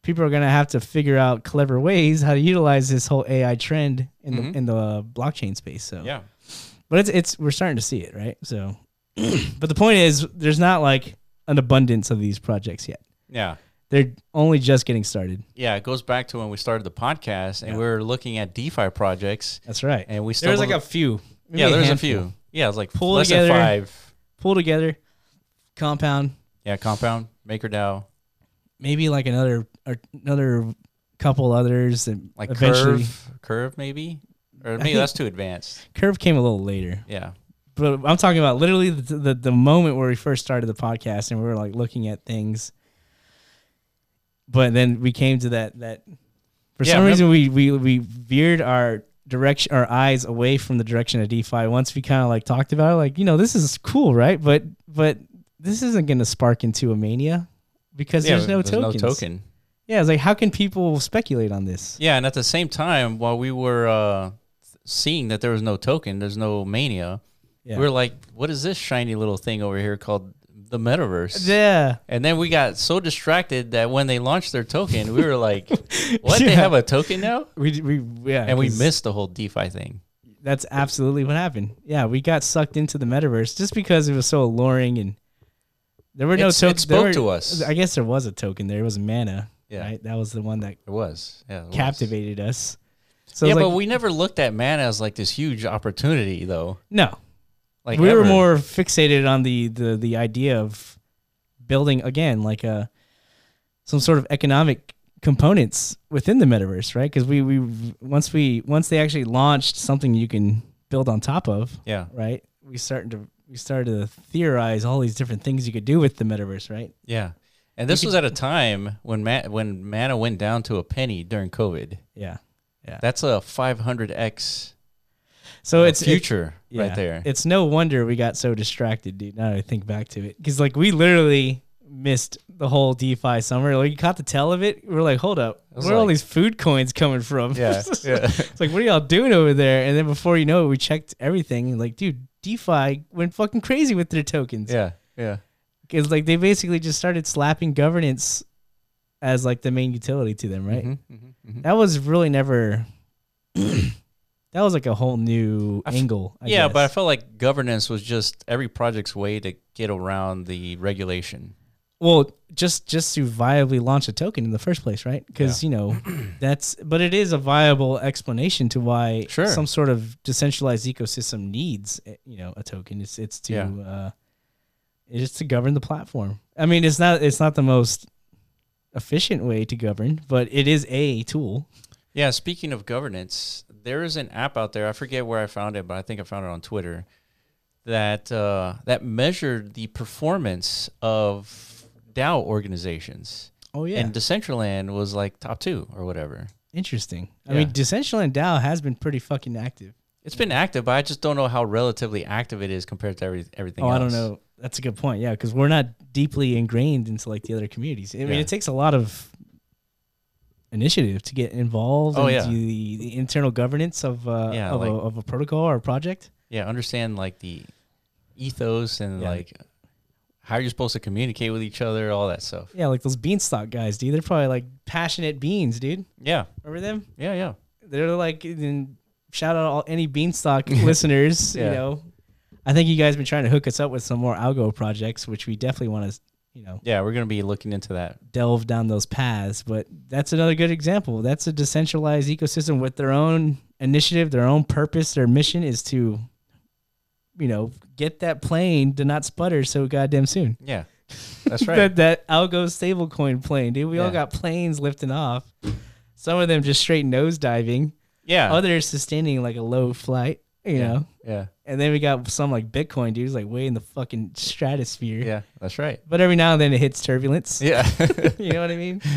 S2: people are going to have to figure out clever ways how to utilize this whole AI trend in
S1: Mhm.
S2: the in the uh, blockchain space. So,
S1: Yeah.
S2: but it's it's we're starting to see it, right? So, <clears throat> but the point is, there's not like an abundance of these projects yet.
S1: Yeah.
S2: They're only just getting started.
S1: Yeah, it goes back to when we started the podcast and
S2: Yeah.
S1: we were looking at DeFi projects
S2: That's right.
S1: and we
S2: There's like
S1: stumbled-
S2: a few. maybe
S1: Yeah, there's a
S2: handful.
S1: few. Yeah, it's like
S2: Pull
S1: less
S2: together.
S1: than five.
S2: Pull together, compound,
S1: Yeah, Compound, MakerDAO,
S2: maybe like another or another couple others that
S1: like
S2: eventually curve.
S1: Curve, Curve maybe, or
S2: <laughs> I
S1: maybe
S2: think-
S1: that's too advanced.
S2: came a little later
S1: Yeah,
S2: but i'm talking about literally the, the, the moment where we first started the podcast and we were like looking at things but then we came to that that for
S1: Yeah,
S2: some
S1: remem-
S2: reason we, we we veered our direction our eyes away from the direction of defi once we kind of like talked about it like you know this is cool right but but this isn't going to spark into a mania because
S1: yeah,
S2: there's no tokens.
S1: no token.
S2: Yeah, it's like how can people speculate on this?
S1: Yeah, and at the same time, while we were uh, seeing that there was no token, there's no mania.
S2: Yeah.
S1: We were like, what is this shiny little thing over here called the metaverse?
S2: Yeah.
S1: and then we got so distracted that when they launched their token, we were
S2: <laughs>
S1: like, what? They
S2: Yeah.
S1: have a token now?
S2: We, we yeah,
S1: And we
S2: 'cause
S1: missed the whole DeFi thing.
S2: That's absolutely what happened. Yeah, we got sucked into the metaverse just because it was so alluring and there were no
S1: It's- it
S2: tokens.
S1: spoke to us.
S2: I guess there was a token there. It was mana.
S1: Yeah.
S2: Right? That was the one that
S1: It was. Yeah, it was.
S2: captivated us. So
S1: yeah,
S2: it's
S1: but
S2: like,
S1: we never looked at mana as like this huge opportunity, though.
S2: no,
S1: Like
S2: we were
S1: ever.
S2: more fixated on the, the the idea of building again like a some sort of economic components within the metaverse right because we we once we once they actually launched something you can build on top of
S1: Yeah,
S2: right we started to we started to theorize all these different things you could do with the metaverse right
S1: yeah. And this was at a time when ma- when mana went down to a penny during COVID.
S2: yeah
S1: That's a 500x
S2: so it's it-
S1: future
S2: yeah.
S1: right there.
S2: it's no wonder we got so distracted dude now that i think back to it because like we literally missed the whole defi summer like you caught the tail of it we're like hold up
S1: was
S2: where are all
S1: like-
S2: these food coins coming from
S1: yeah, yeah,
S2: <laughs> It's like, what are y'all doing over there? And then before you know it, we checked everything. And like, dude, DeFi went fucking crazy with their tokens.
S1: yeah, yeah.
S2: Because like they basically just started slapping governance as like the main utility to them, right? Mm-hmm.
S1: Mhm, mhm, mhm.
S2: That was really never. <clears throat> that was like a whole new
S1: I f-
S2: angle. I
S1: yeah, but I
S2: guess.
S1: felt like governance was just every project's way to get around the regulation.
S2: well, just just to viably launch a token in the first place, right? Because you
S1: <clears throat>
S2: know that's, but it is a viable explanation to why
S1: Sure.
S2: some sort of decentralized ecosystem needs eh, you know a token. It's it's to
S1: Yeah.
S2: uh, it's to govern the platform. I mean, it's not it's not the most efficient way to govern, but it is a tool.
S1: Yeah, speaking of governance, there is an app out there. I forget where I found it, but I think I found it on Twitter that uh, that measured the performance of DAO organizations.
S2: Oh yeah,
S1: And Decentraland was like top two or whatever.
S2: interesting. I
S1: Yeah.
S2: mean, Decentraland DAO has been pretty fucking active.
S1: It's been active, but I just don't know how relatively active it is compared to every, everything
S2: Oh,
S1: else.
S2: I don't know. That's a good point. Yeah, because we're not deeply ingrained into like the other communities. I mean,
S1: Yeah.
S2: it takes a lot of initiative to get involved.
S1: Oh,
S2: and
S1: yeah.
S2: do the, the internal governance of uh,
S1: Yeah,
S2: of,
S1: like-
S2: a, of a protocol or a project.
S1: Yeah, understand like the ethos and
S2: Yeah.
S1: like how you're supposed to communicate with each other, all that stuff.
S2: Yeah, like those beanstalk guys, dude. They're probably like passionate beans, dude.
S1: Yeah,
S2: Remember them?
S1: yeah, yeah.
S2: They're like and shout out all
S1: <laughs>
S2: any beanstalk listeners.
S1: Yeah.
S2: You know, I think you guys been trying to hook us up with some more algo projects, which we definitely want to. you know
S1: Yeah, we're gonna be looking into that.
S2: delve down those paths. But that's another good example. That's a decentralized ecosystem with their own initiative, their own purpose, their mission is to, you know, get that plane to not sputter so goddamn soon.
S1: Yeah, that's
S2: <laughs>
S1: right.
S2: that that algo stablecoin plane, dude. We all
S1: Yeah.
S2: got planes lifting off. Some of them just straight nose diving.
S1: yeah,
S2: Others sustaining like a low flight, you
S1: yeah,
S2: know.
S1: Yeah,
S2: And then we got some like Bitcoin dudes like way in the fucking stratosphere.
S1: yeah, that's
S2: <laughs>
S1: right.
S2: But every now and then it hits turbulence.
S1: Yeah,
S2: you know what I mean? <laughs>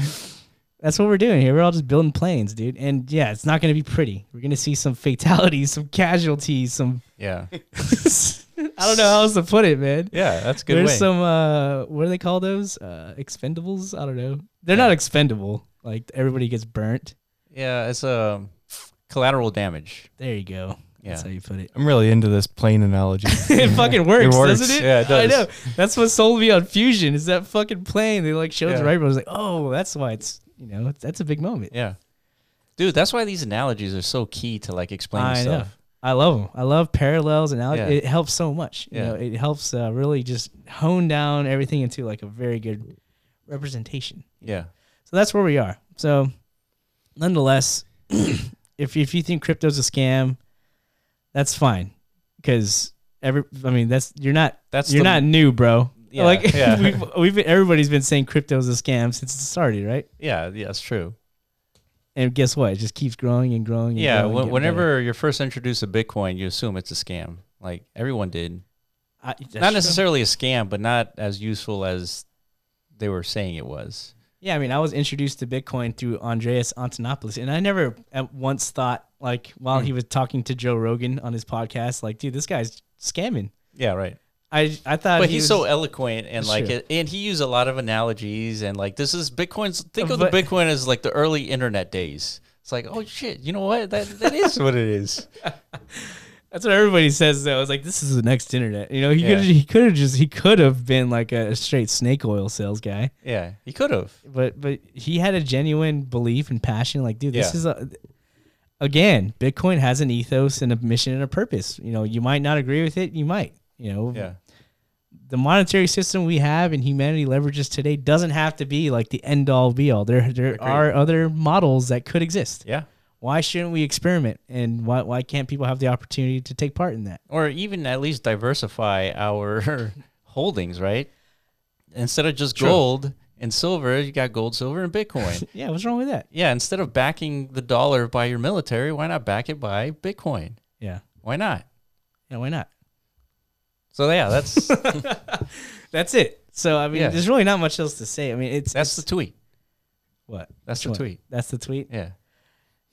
S2: That's what we're doing here. We're all just building planes, dude. And yeah, it's not going to be pretty. We're going to see some fatalities, some casualties, some.
S1: <laughs>
S2: <laughs>
S1: yeah,
S2: I don't know how else to put it, man.
S1: yeah. That's a good.
S2: There's
S1: way.
S2: some. Uh, what do they call those? Uh, expendables? I don't know. They're not expendable. Like everybody gets burnt.
S1: Yeah, it's um, collateral damage.
S2: There you go.
S1: Yeah,
S2: That's how you put it. <laughs>
S3: I'm really into this plane analogy.
S2: it fucking works,
S3: works.
S2: doesn't it?
S1: Yeah, it
S2: I
S1: does.
S2: know. That's what sold me on Fusion. Is that fucking plane? They like showed
S1: Yeah.
S2: the right. I was like, oh, that's why it's. You know, it's- that's a big moment.
S1: yeah, dude. That's why these analogies are so key to like explaining
S2: I know.
S1: stuff.
S2: I love them. I love parallels and analogies.
S1: Yeah.
S2: It helps so much. You
S1: Yeah.
S2: know, it helps uh, really just hone down everything into like a very good representation.
S1: Yeah,
S2: So that's where we are. So, nonetheless, <clears throat> if if you think crypto's a scam, that's fine, because every I mean that's you're not
S1: that's
S2: you're
S1: the-
S2: not new, bro.
S1: Yeah,
S2: like <laughs>
S1: yeah.
S2: we've we've been, everybody's been saying crypto's a scam since it started, right?
S1: Yeah, yeah, that's true.
S2: And guess what? It just keeps growing and growing. And
S1: Yeah,
S2: growing,
S1: when,
S2: getting better.
S1: whenever you're first introduced to Bitcoin, you assume it's a scam. Like everyone did.
S2: I, that's
S1: not
S2: true.
S1: necessarily a scam, but not as useful as they were saying it was.
S2: Yeah, I mean, I was introduced to Bitcoin through Andreas Antonopoulos, and I never at once thought, like, while
S1: Hmm.
S2: he was talking to Joe Rogan on his podcast, like, dude, this guy's scamming.
S1: Yeah, right.
S2: I I thought,
S1: But
S2: he
S1: he's
S2: was-
S1: so eloquent and
S2: That's
S1: like,
S2: true.
S1: it, and he used a lot of analogies and like, this is Bitcoin's. Think of
S2: But-
S1: the Bitcoin as like the early internet days. It's like, oh shit, you know what? That that
S2: <laughs>
S1: is what it is.
S2: That's what everybody says. Though I was like, this is the next internet. You know, he
S1: Yeah.
S2: could he could have just he could have been like a straight snake oil sales guy,
S1: Yeah, he could have.
S2: but but he had a genuine belief and passion. Like, dude, this
S1: Yeah.
S2: is a again, Bitcoin has an ethos and a mission and a purpose. You know, you might not agree with it, you might. You know,
S1: Yeah,
S2: the monetary system we have and humanity leverages today doesn't have to be like the end all be all. There there
S1: Agreed.
S2: are other models that could exist.
S1: yeah.
S2: Why shouldn't we experiment and why why can't people have the opportunity to take part in that? <laughs>
S1: Or even at least diversify our <laughs> holdings, right? Instead of just gold and silver, you got gold, silver, and Bitcoin.
S2: Yeah, what's wrong with that?
S1: yeah, instead of backing the dollar by your military, why not back it by Bitcoin?
S2: Yeah.
S1: Why not?
S2: Yeah, why not?
S1: So yeah, that's <laughs>
S2: That's it. So I mean
S1: Yeah.
S2: there's really not much else to say. I mean it's
S1: that's the
S2: it's-
S1: tweet.
S2: what?
S1: That's the
S2: What?
S1: tweet.
S2: That's the tweet.
S1: Yeah.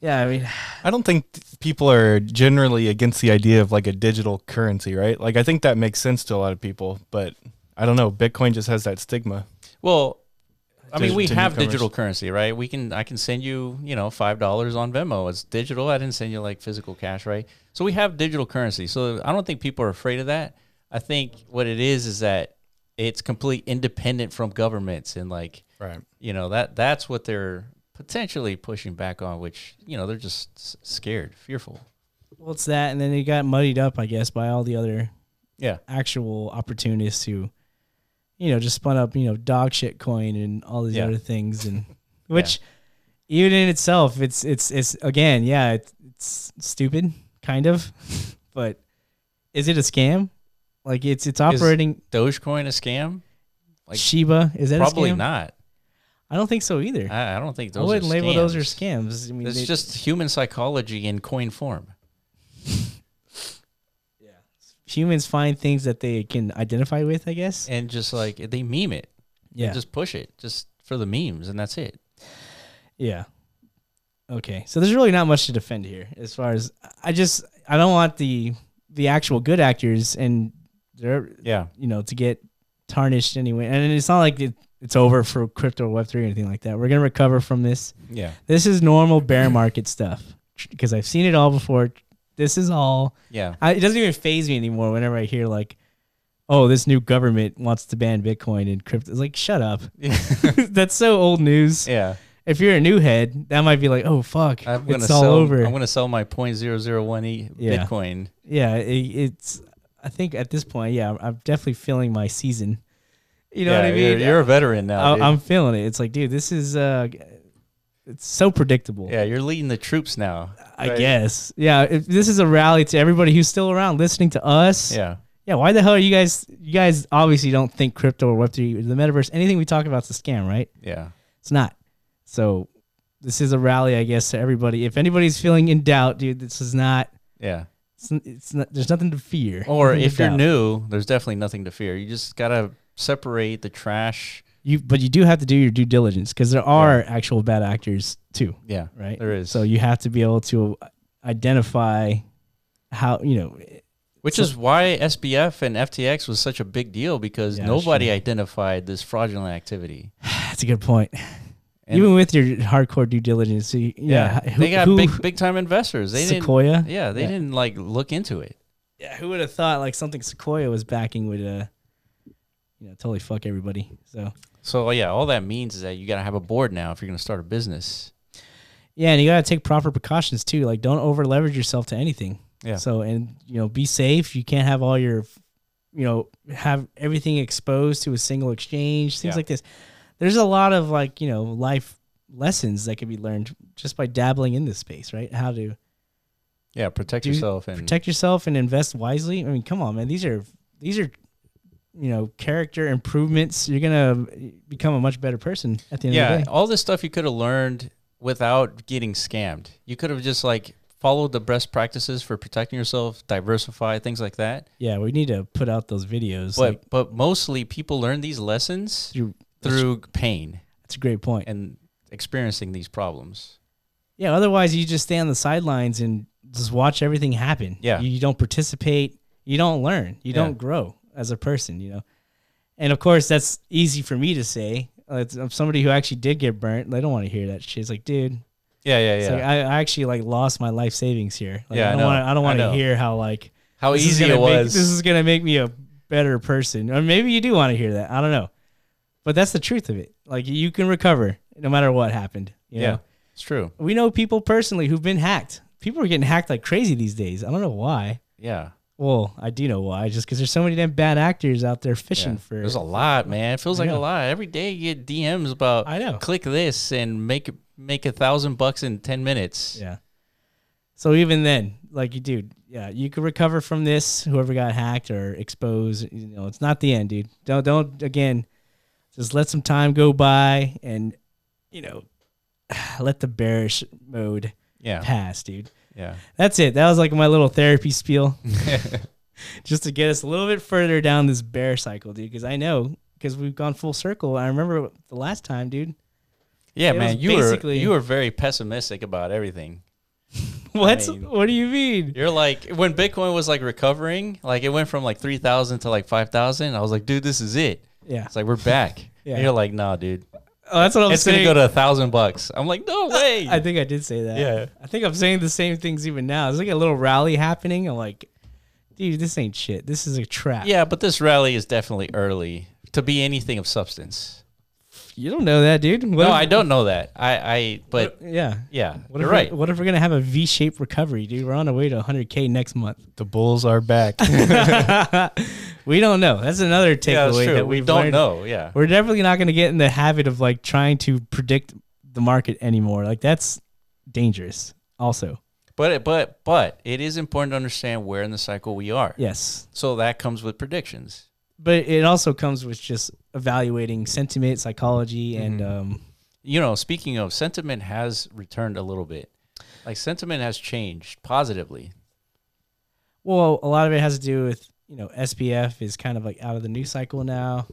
S2: Yeah, I mean <sighs>
S3: I don't think t- people are generally against the idea of like a digital currency, right? Like I think that makes sense to a lot of people, but I don't know. Bitcoin just has that stigma.
S1: Well, I mean,
S3: Digital-
S1: we
S3: to
S1: have
S3: newcomers.
S1: digital currency, right? We can I can send you, you know, five dollars on Venmo. It's digital. I didn't send you like physical cash, right? So we have digital currency. So I don't think people are afraid of that. I think what it is is that it's complete independent from governments and like
S3: Right.
S1: you know that that's what they're potentially pushing back on, which you know they're just s- scared, fearful.
S2: well it's that and then it got muddied up, I guess, by all the other
S1: Yeah.
S2: actual opportunists who, you know, just spun up, you know, dog shit coin and all these
S1: Yeah.
S2: other
S1: <laughs>
S2: things and <laughs> which even in itself it's it's it's again, yeah, it's, it's stupid kind of, <laughs> but is it a scam? Like it's it's operating
S1: Dogecoin a scam? like,
S2: Shiba, is that
S1: Probably
S2: a scam?
S1: not.
S2: I don't think so either.
S1: I, I don't think
S2: I
S1: those.
S2: wouldn't
S1: are
S2: label those are
S1: scams.
S2: scams. I mean,
S1: It's
S2: they-
S1: just human psychology in coin form.
S2: humans find things that they can identify with, I guess.
S1: And just like they meme it. They
S2: Yeah.
S1: just push it just for the memes and that's it.
S2: Yeah. Okay. So there's really not much to defend here as far as I just I don't want the the actual good actors and they're
S1: Yeah.
S2: you know to get tarnished anyway. And it's not like it, it's over for crypto or web3 or anything like that. We're going to recover from this.
S1: Yeah.
S2: This is normal bear market stuff because I've seen it all before. This is all
S1: Yeah.
S2: I, it doesn't even phase me anymore whenever I hear like oh, this new government wants to ban bitcoin and crypto. It's like shut up. <laughs> That's so old news
S1: Yeah.
S2: if you're a new head, that might be like, oh fuck,
S1: I'm gonna
S2: it's
S1: sell
S2: all over.
S1: I'm gonna sell my point zero zero one E
S2: Yeah.
S1: Bitcoin.
S2: yeah, it, it's. I think at this point, yeah, I'm, I'm definitely feeling my season You know
S1: Yeah,
S2: what I mean?
S1: You're, you're a veteran now. dude.
S2: I, am feeling it. It's like, dude, this is uh, it's so predictable.
S1: yeah, you're leading the troops now.
S2: I
S1: right?
S2: guess. Yeah, if this is a rally to everybody who's still around listening to us.
S1: Yeah.
S2: Yeah, why the hell are you guys you guys obviously don't think crypto or web3 the metaverse anything we talk about is a scam, right?
S1: Yeah.
S2: It's not. So this is a rally, I guess, to everybody. If anybody's feeling in doubt, dude, this is not
S1: Yeah.
S2: it's, n- it's not there's nothing to fear.
S1: Or
S2: nothing to
S1: if you're
S2: doubt.
S1: new, there's definitely nothing to fear. You just got to separate the trash.
S2: you but you do have to do your due diligence because there are actual bad actors too,
S1: Yeah.
S2: right?
S1: There is.
S2: So you have to be able to uh, identify how, you know,
S1: Which
S2: So-
S1: is why SBF and FTX was such a big deal because
S2: Yeah,
S1: nobody identified this fraudulent activity.
S2: that's a good point.
S1: And-
S2: Even with your hardcore due diligence, you, yeah, who-
S1: they got
S2: who- <laughs>
S1: big big time investors. They
S2: Sequoia.
S1: didn't. Yeah, they
S2: Yeah.
S1: didn't like look into it.
S2: Yeah, who would have thought like something Sequoia was backing would uh you know totally fuck everybody. So
S1: So oh, yeah, all that means is that you got to have a board now if you're going to start a business.
S2: yeah, and you gotta take proper precautions too. Like don't over leverage yourself to anything.
S1: Yeah.
S2: So and you know, be safe. You can't have all your you know, have everything exposed to a single exchange, things
S1: Yeah.
S2: like this. There's a lot of like, you know, life lessons that can be learned just by dabbling in this space, right? How to
S1: Yeah, protect
S2: Do-
S1: yourself and
S2: protect yourself and invest wisely. I mean, come on, man. These are these are you know character improvements. You're gonna become a much better person at the end of
S1: yeah,
S2: the day.
S1: all this stuff you could have learned without getting scammed. You could have just like followed the best practices for protecting yourself, diversify things like that.
S2: Yeah, we need to put out those videos.
S1: but
S2: like,
S1: but mostly people learn these lessons
S2: through,
S1: through pain
S2: that's a great point.
S1: and experiencing these problems.
S2: Yeah, otherwise you just stay on the sidelines and just watch everything happen.
S1: Yeah.
S2: You, you don't participate, you don't learn, you
S1: Yeah.
S2: don't grow as a person, you know. And of course, that's easy for me to say. Uh, It's, I'm somebody who actually did get burnt. They don't want to hear that shit. It's like, dude,
S1: Yeah, yeah, yeah.
S2: It's like I, I actually like lost my life savings here. Like,
S1: Yeah, I
S2: I don't
S1: know.
S2: want I don't
S1: I
S2: want to
S1: know.
S2: hear how like
S1: How
S2: this is
S1: easy
S2: gonna
S1: it
S2: make-
S1: was.
S2: this is gonna make me a better person, or maybe you do want to hear that. I don't know, but that's the truth of it. Like you can recover no matter what happened. You
S1: yeah.
S2: know?
S1: It's true.
S2: we know people personally who've been hacked. People are getting hacked like crazy these days. I don't know why.
S1: Yeah.
S2: Well, I do know why, just because there's so many damn bad actors out there fishing
S1: Yeah.
S2: for.
S1: There's a lot, man. It feels
S2: I
S1: like a
S2: know.
S1: lot. Every day you get DMs about
S2: I know.
S1: click this and make make a thousand bucks in ten minutes.
S2: Yeah. So even then, like you, dude, yeah, you could recover from this. Whoever got hacked or exposed, you know, it's not the end, dude. Don't don't again. Just let some time go by, and you know, <sighs> let the bearish mode <laughs>
S1: Yeah.
S2: pass, dude.
S1: Yeah.
S2: That's it. That was like my little
S1: <laughs>
S2: therapy spiel, <laughs> just to get us a little bit further down this bear cycle, dude. Because I know, because we've gone full circle. I remember the last time, dude.
S1: Yeah,
S2: It was
S1: man. You were
S2: basically-
S1: you were very pessimistic about everything.
S2: What?
S1: mean-
S2: <laughs> what do you mean?
S1: You're like when Bitcoin was like recovering, like it went from like three thousand to like five thousand. I was like, dude, this is it.
S2: Yeah.
S1: It's like we're back.
S2: <laughs> Yeah.
S1: And you're like, nah, dude.
S2: Oh, that's what I'm
S1: it's
S2: saying.
S1: gonna go to a thousand bucks. I'm like, no way.
S2: <laughs> I think I did say that.
S1: Yeah.
S2: I think I'm saying the same things even now. There's like a little rally happening. I'm like, dude, this ain't shit. This is a trap.
S1: yeah, but this rally is definitely early to be anything of substance.
S2: You don't know that, dude. What
S1: no,
S2: if-
S1: I don't know that. I, I but
S2: Yeah.
S1: yeah, you're
S2: What if we're-
S1: right.
S2: What if we're going to have a V shaped recovery, dude? We're on the way to 100K next month.
S3: The Bulls are back.
S2: we don't know. That's another takeaway
S1: Yeah, that's true.
S2: that
S1: we
S2: we've
S1: don't
S2: learned.
S1: know. Yeah.
S2: We're definitely not going to get in the habit of like trying to predict the market anymore. Like, that's dangerous, also.
S1: But it, but but it is important to understand where in the cycle we are.
S2: Yes.
S1: So that comes with predictions.
S2: But it also comes with just evaluating sentiment, psychology, and
S1: Mm-hmm.
S2: um,
S1: You know, speaking of sentiment has returned a little bit. Like sentiment has changed positively.
S2: Well, a lot of it has to do with you know SPF is kind of like out of the news cycle now.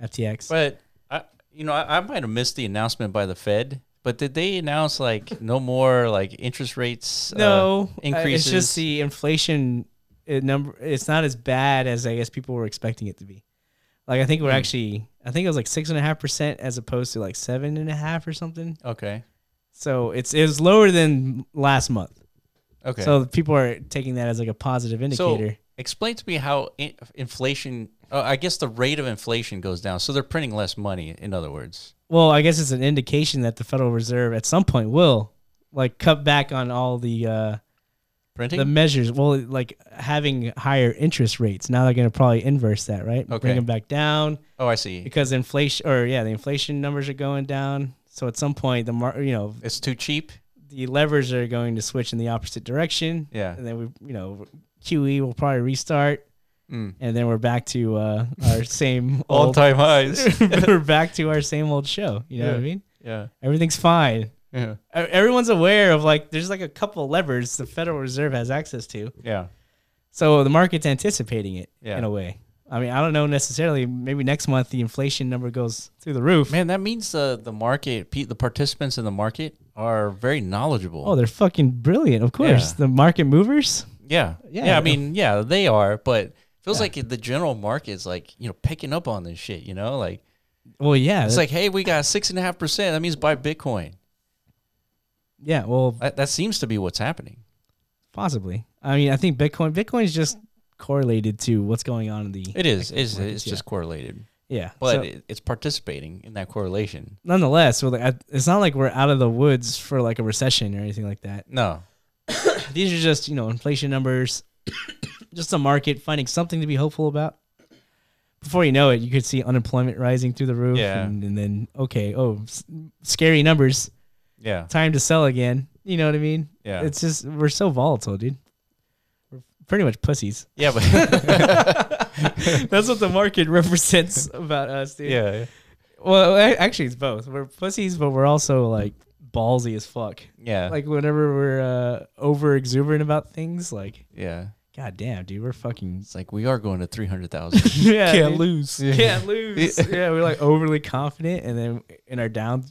S2: FTX.
S1: But I you know, I, I might have missed the announcement by the Fed, but did they announce like no more like interest rates uh,
S2: no uh,
S1: increases?
S2: It's just the inflation uh, number. It's not as bad as I guess people were expecting it to be. Like I think
S1: Hmm.
S2: we're actually. I think it was like six and a half percent as opposed to like seven and a half or something.
S1: Uh, Okay.
S2: So it's it was lower than last month.
S1: Okay.
S2: So people are taking that as like a positive indicator.
S1: So explain to me how in- inflation. Uh, I guess the rate of inflation goes down, so they're printing less money. In other words,
S2: well, I guess it's an indication that the Federal Reserve at some point will like cut back on all the uh,
S1: Printing?
S2: the measures well like having higher interest rates now they're going to probably inverse that right
S1: Okay.
S2: bring them back down
S1: oh, I see.
S2: because inflation or yeah the inflation numbers are going down so at some point the mar- you know
S1: It's too cheap.
S2: the levers are going to switch in the opposite direction
S1: Yeah.
S2: and then we you know QE will probably restart
S1: Mm.
S2: and then we're back to uh,
S1: <laughs>
S2: our same
S1: All
S2: old
S1: time highs.
S2: <laughs>
S1: <laughs>
S2: we're back to our same old show you know what I
S1: Yeah.
S2: mean
S1: yeah.
S2: everything's fine
S1: Yeah.
S2: E- everyone's aware of like there's like a couple of levers the Federal Reserve has access to
S1: Yeah.
S2: so the market's anticipating it
S1: Yeah.
S2: in a way. I mean, I don't know necessarily. Maybe next month the inflation number goes through the roof.
S1: Man, that means the the market, pe- the participants in the market are very knowledgeable.
S2: Oh, they're fucking brilliant. Of course,
S1: Yeah.
S2: the market movers.
S1: yeah.
S2: Yeah.
S1: yeah, I mean, yeah, they are, but it feels like the general market's like you know picking up on this shit. You know, like
S2: Well, yeah,
S1: it's like, hey, we got six and a half percent. That means buy Bitcoin.
S2: yeah. Well,
S1: That, that seems to be what's happening.
S2: possibly. I mean, I think Bitcoin. Bitcoin is just correlated to what's going on in the.
S1: It is. It's,
S2: markets,
S1: it's
S2: yeah.
S1: just correlated,
S2: Yeah,
S1: but
S2: So,
S1: it, it's participating in that correlation.
S2: nonetheless, well, like, I- it's not like we're out of the woods for like a recession or anything like that.
S1: No,
S2: These are just you know inflation numbers, <coughs> just the market finding something to be hopeful about. Before you know it, you could see unemployment rising through the roof,
S1: Yeah.
S2: and, and then okay, oh, s- scary numbers,
S1: yeah,
S2: time to sell again. You know what I mean?
S1: yeah,
S2: It's just we're so volatile, dude. We're pretty much pussies.
S1: yeah, <laughs> but
S2: <laughs> That's what the market represents about us, dude.
S1: yeah,
S2: Well, a- actually, it's both. We're pussies, but we're also like ballsy as fuck.
S1: yeah,
S2: Like whenever we're uh, over exuberant about things, like
S1: yeah.
S2: god damn, dude, we're fucking <laughs>
S1: It's like we are going to three hundred thousand.
S2: yeah,
S3: <laughs> Can't
S2: dude.
S3: lose.
S2: <laughs> Can't lose. yeah, we're like overly confident, and then in our down,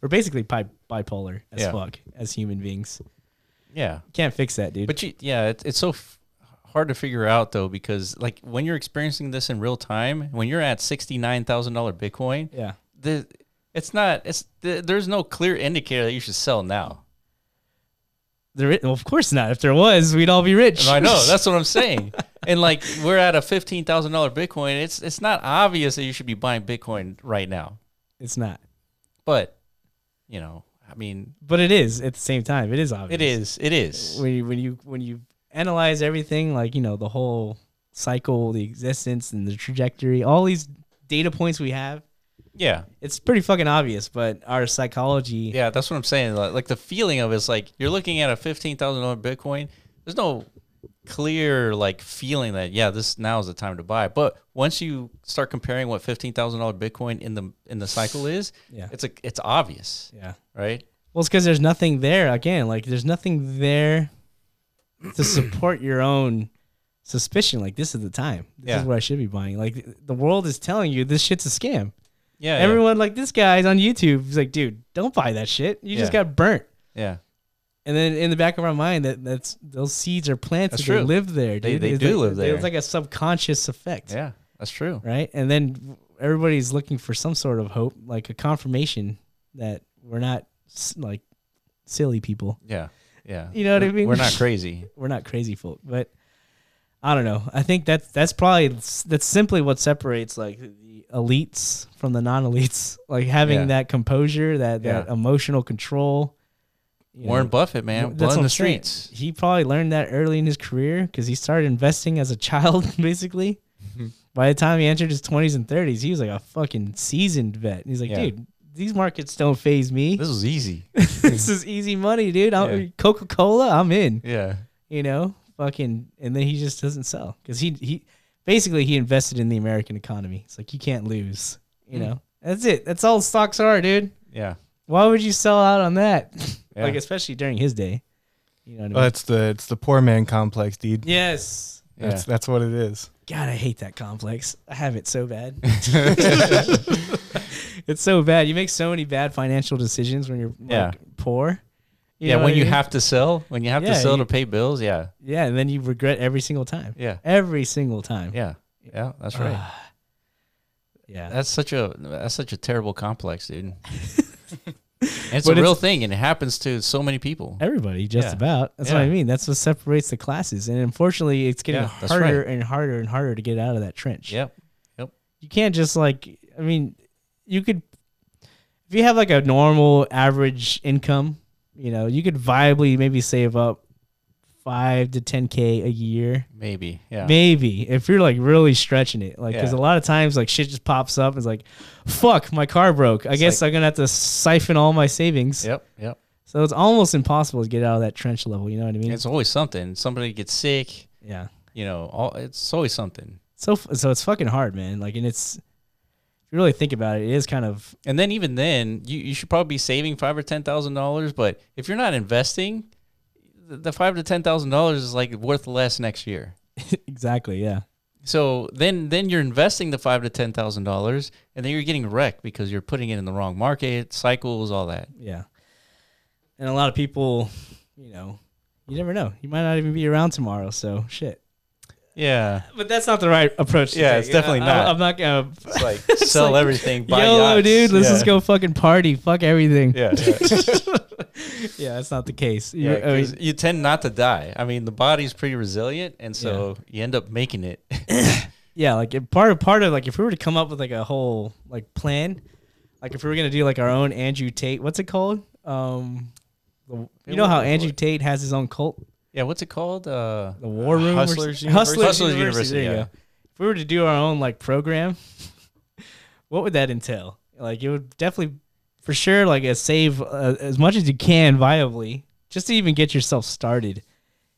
S2: we're basically bi- bipolar as
S1: Yeah.
S2: fuck as human beings.
S1: <laughs> yeah,
S2: Can't fix that, dude.
S1: but you, yeah, it, it's so f- hard to figure out though because like when you're experiencing this in real time, when you're at sixty nine thousand dollar Bitcoin,
S2: yeah,
S1: the it's not it's the, there's no clear indicator that you should sell now.
S2: there. i- Well, of course not. If there was, we'd all be rich.
S1: I know that's what I'm <laughs> saying. And like we're at a fifteen thousand dollar Bitcoin, it's it's not obvious that you should be buying Bitcoin right now.
S2: <laughs> it's not,
S1: But you know, I mean,
S2: but it is at the same time. It is obvious.
S1: it is, it is.
S2: when you, when you when you analyze everything, like you know the whole cycle, the existence, and the trajectory, all these data points we have.
S1: Yeah,
S2: It's pretty fucking obvious, but our psychology.
S1: yeah, that's what I'm saying. Like, like the feeling of it's like you're looking at a fifteen thousand dollar Bitcoin. There's no clear like feeling that yeah, this now is the time to buy. But once you start comparing what fifteen thousand dollar Bitcoin in the in the cycle is,
S2: Yeah.
S1: it's a it's obvious,
S2: yeah.
S1: right?
S2: Well, it's because there's nothing there. Again, like there's nothing there
S1: <clears throat>
S2: to support your own suspicion. Like this is the time. This
S1: Yeah.
S2: is what I should be buying. Like the world is telling you this shit's a scam.
S1: Yeah, yeah,
S2: Everyone like this guy's on YouTube. He's like, dude, don't buy that shit. You just
S1: Yeah.
S2: got burnt.
S1: yeah.
S2: And then in the back of our mind, that that's those seeds are planted.
S1: That's
S2: They
S1: true.
S2: live there.
S1: They-
S2: dude.
S1: they
S2: It's
S1: do
S2: like-
S1: live there.
S2: It's like a subconscious effect.
S1: Yeah, that's true.
S2: Right. And then everybody's looking for some sort of hope, like a confirmation that we're not s- like silly people.
S1: Yeah, yeah.
S2: You know what I
S1: We're-
S2: mean?
S1: We're not crazy.
S2: <laughs> we're not crazy folk, but I don't know. I think that's that's probably that's simply what separates like the elites from the non-elites. <laughs> Like having
S1: Yeah.
S2: that composure, that that
S1: Yeah.
S2: emotional control. you
S1: Warren
S2: know.
S1: Buffett, man,
S2: That's
S1: blood
S2: what
S1: in
S2: I'm
S1: the
S2: saying.
S1: streets.
S2: He probably learned that early in his career because he started investing as a child, <laughs> basically.
S1: Mm-hmm.
S2: By the time he entered his 20s and 30s, he was like a fucking seasoned vet. And he's like,
S1: Yeah.
S2: dude, these markets don't phase me. <laughs>
S1: This was easy.
S2: this is easy money, dude. I'm
S1: Yeah.
S2: Coca Cola, I'm in
S1: yeah,
S2: you know, fucking, and then he just doesn't sell because he he basically he invested in the American economy. It's like you can't lose, you
S1: Mm.
S2: know. That's it. That's all stocks are, dude.
S1: yeah,
S2: Why would you sell out on that?
S1: Yeah.
S2: like especially during his day, you know. What I mean?
S3: Well, Oh, it's the it's the poor man complex, dude.
S2: yes.
S3: That's that's what it is.
S2: God, I hate that complex. I have it
S1: <laughs>
S2: so bad. <laughs> it's so bad. You make so many bad financial decisions when you're like,
S1: Yeah.
S2: poor. You
S1: yeah.
S2: know
S1: When
S2: what I
S1: you
S2: mean?
S1: have to sell, when you have
S2: Yeah,
S1: to sell
S2: you-
S1: to pay bills, yeah,
S2: yeah, and then you regret every single time.
S1: yeah,
S2: Every single time. Ah.
S1: yeah, yeah. That's right.
S2: yeah.
S1: that's such a that's such a terrible complex, <laughs> dude. And it's
S2: But
S1: a
S2: it's-
S1: real thing, and it happens to so many people.
S2: Everybody, just
S1: Yeah.
S2: about. That's what I
S1: Yeah.
S2: mean. That's what separates the classes. And unfortunately, it's getting
S1: Yeah, that's
S2: harder and harder and harder to get out of that trench.
S1: Yep.
S2: You can't just like, I mean, you could, if you have like a normal average income, you know, you could viably maybe save up five to ten k a year,
S1: Maybe. Yeah.
S2: maybe if you're like really stretching it, like because
S1: Yeah.
S2: a lot of times like shit just pops up and it's like, fuck, my car broke. I guess I'm gonna have to siphon all my savings.
S1: Yep. Yep.
S2: So it's almost impossible to get out of that trench level. You know what I mean?
S1: It's always something. Somebody gets sick.
S2: yeah.
S1: You know. All it's always something.
S2: So f- so it's fucking hard, man. Like, and it's if you really think about it, it is kind of
S1: And then even then, you, you should probably be saving five or ten thousand dollars. But if you're not investing, the, the five to ten thousand dollars is like worth less next year.
S2: exactly yeah.
S1: So then then you're investing the five to ten thousand dollars, and then you're getting wrecked because you're putting it in the wrong market, cycles, all that.
S2: Yeah. And a lot of people, you know, you never know. You might not even be around tomorrow, so shit.
S1: <laughs> Yeah,
S2: But that's not the right approach.
S3: Yeah, it's definitely not.
S2: I, am not gonna.
S3: It's <laughs> like,
S1: sell everything. Buy
S2: YOLO,
S1: yachts.
S2: dude. Let's
S3: Yeah.
S2: just go fucking party. Fuck everything. <laughs> Yeah,
S3: yeah, <laughs> yeah.
S2: that's not the case.
S1: Yeah,
S2: You're- I mean,
S1: 'cause you tend not to die. I mean, the body's pretty resilient, and so you end up making it. <laughs>
S2: yeah, like if part of part of like if we were to come up with like a whole like plan, like if we were gonna do like our own Andrew Tate, what's it called? Um, the, you know how Andrew Tate has his own cult,
S1: yeah, what's it called? Uh,
S2: the War Room, or s- Hustlers,
S3: Hustlers University?
S1: Hustlers
S2: University.
S1: University,
S2: There you
S1: yeah.
S2: go. If we were to do our own like program, <laughs> what would that entail? Like it would definitely, for sure, like a save uh, as much as you can viably, just to even get yourself started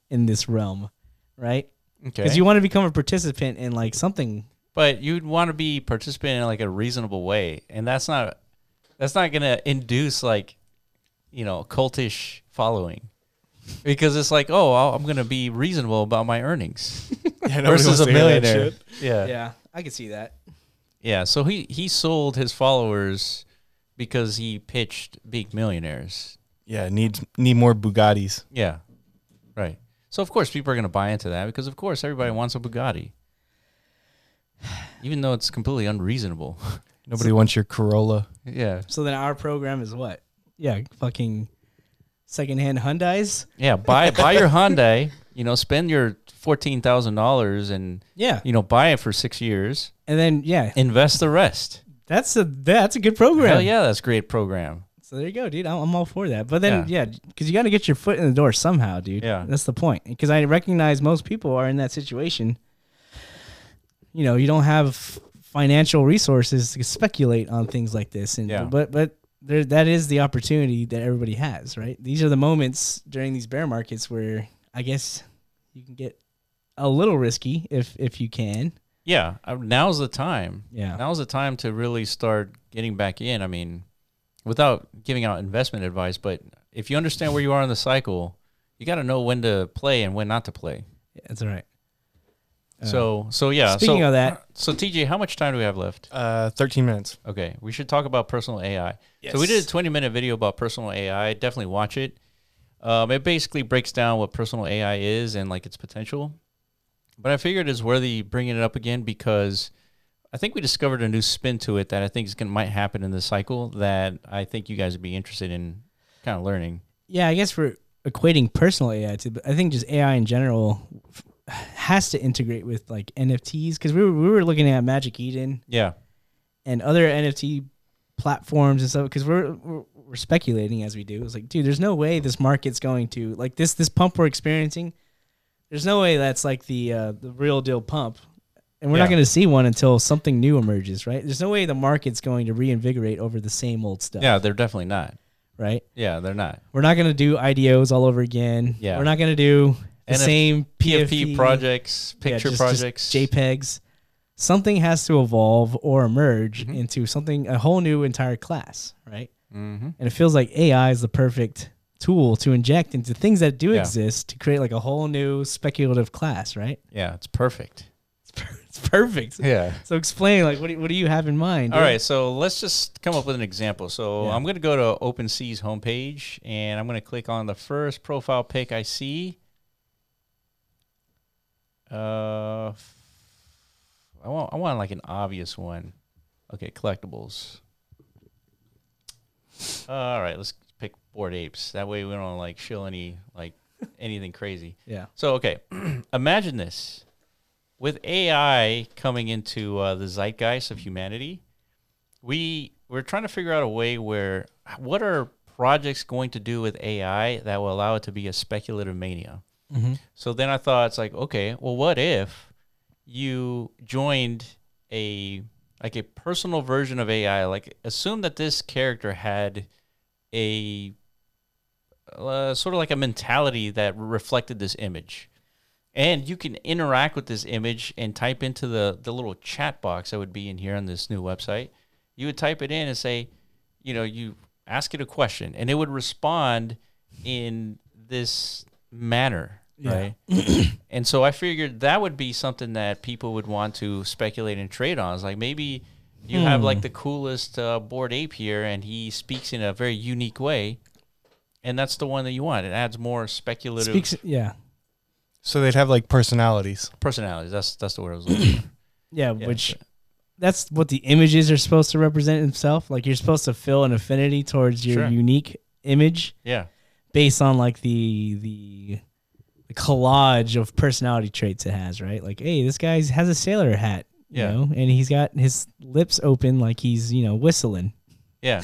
S2: in this realm, right?
S1: okay.
S2: Because
S3: <laughs>
S2: you want to become a participant in like something
S1: but you'd want to be participating in like a reasonable way and that's not that's not gonna induce like you know cultish following because it's like oh I'll, i'm gonna be reasonable about my earnings
S3: nobody
S1: versus
S3: wants
S1: a
S3: to hear that
S1: millionaire
S3: shit.
S1: yeah. yeah
S2: Yeah, I could see that.
S1: so he he sold his followers because he pitched big millionaires
S3: Yeah, need need more Bugattis.
S1: yeah right so of course people are gonna buy into that because of course everybody wants a bugatti <sighs> even though it's completely unreasonable
S3: Nobody wants your Corolla.
S1: yeah
S2: So then our program is what? Yeah, fucking secondhand Hyundai's.
S1: Yeah, buy buy your Hyundai. You know, spend your fourteen thousand dollars and
S2: Yeah,
S1: you know buy it for six years.
S2: and then yeah,
S1: Invest the rest.
S2: that's a that's a good program.
S1: Hell yeah, that's a great program.
S2: So there you go, dude. I'm, I'm all for that. But then yeah, because you got to get your foot in the door somehow, dude.
S1: Yeah.
S2: that's the point. Because I recognize most people are in that situation. You know, you don't have financial resources to speculate on things like this, and
S1: Yeah.
S2: but but. There, that is the opportunity that everybody has, right? These are the moments during these bear markets where I guess you can get a little risky if if you can.
S1: Yeah, uh, now's the time.
S2: Yeah.
S1: now's the time to really start getting back in. I mean, without giving out investment advice, but if you understand where you are in the cycle, you got to know when to play and when not to play.
S2: Yeah, that's all right.
S1: so, so yeah.
S2: Speaking
S1: so,
S2: of that,
S1: so TJ, how much time do we have left?
S3: Uh, thirteen minutes.
S1: Okay, we should talk about personal AI. So we did a 20 minute video about personal AI. Definitely watch it. Um, it basically breaks down what personal AI is and like its potential. But I figured it's worthy bringing it up again because I think we discovered a new spin to it that I think is gonna might happen in this cycle that I think you guys would be interested in kind of learning.
S2: yeah, I guess we're equating personal AI to, but I think just AI in general f- has to integrate with like NFTs because we were we were looking at Magic Eden
S1: Yeah.
S2: and other NFT platforms and stuff because we're, we're we're speculating as we do. It's like, dude, there's no way this market's going to like this this pump we're experiencing. There's no way that's like the uh, the real deal pump, and we're not
S1: Yeah.
S2: going to see one until something new emerges, right? There's no way the market's going to reinvigorate over the same old stuff,
S1: Yeah, they're definitely not.
S2: right?
S1: Yeah, they're not.
S2: We're not gonna do IDOs all over again.
S1: Yeah.
S2: We're not gonna do the
S1: NF
S2: same
S1: PFP,
S2: PFP,
S1: projects,
S2: yeah,
S1: picture
S2: just- just
S1: projects.
S2: JPEGs. Something has to evolve or emerge into something a whole new entire class, right?
S1: mm-hmm.
S2: And it feels like AI is the perfect tool to inject into things that do
S1: Yeah.
S2: exist to create like a whole new speculative class, right? <laughs>
S1: Yeah, it's perfect.
S2: It's, per- it's perfect.
S1: Yeah.
S2: So explain like what do, what do you have in mind?
S1: All
S2: dude?
S1: right, so let's just come up with an example. So
S2: Yeah.
S1: I'm going to go to OpenSea's homepage, and I'm going to click on the first profile pic I see. Uh, f- I want I want like an obvious one. Okay, collectibles. All right, let's pick board apes. That way we don't like shill any like anything crazy.
S2: Yeah.
S1: So okay, <clears throat> imagine this with AI coming into uh, the zeitgeist of humanity. We we're trying to figure out a way where what are projects going to do with AI that will allow it to be a speculative mania. So then I thought it's like, okay, well, what if you joined a like a personal version of AI? Like, assume that this character had a uh, sort of like a mentality that reflected this image, and you can interact with this image and type into the the little chat box that would be in here on this new website. You would type it in and say, you know, you ask it a question, and it would respond in this manner, right? <coughs> and so I figured that would be something that people would want to speculate and trade on. It's like maybe you have like the coolest uh, board ape here, and he speaks in a very unique way, and that's the one that you want. It adds more speculative
S2: Speaks, yeah.
S3: So they'd have like personalities.
S1: personalities. That's that's the word I was looking. for.
S2: yeah,
S1: Yeah,
S2: which
S1: so-
S2: that's what the images are supposed to represent himself. Like you're supposed to feel an affinity towards your
S1: Sure.
S2: unique image
S1: yeah,
S2: based on like the the the collage of personality traits it has, right? Like, hey, this guy has a sailor hat,
S1: Yeah.
S2: you know, and he's got his lips open like he's you know whistling.
S1: yeah,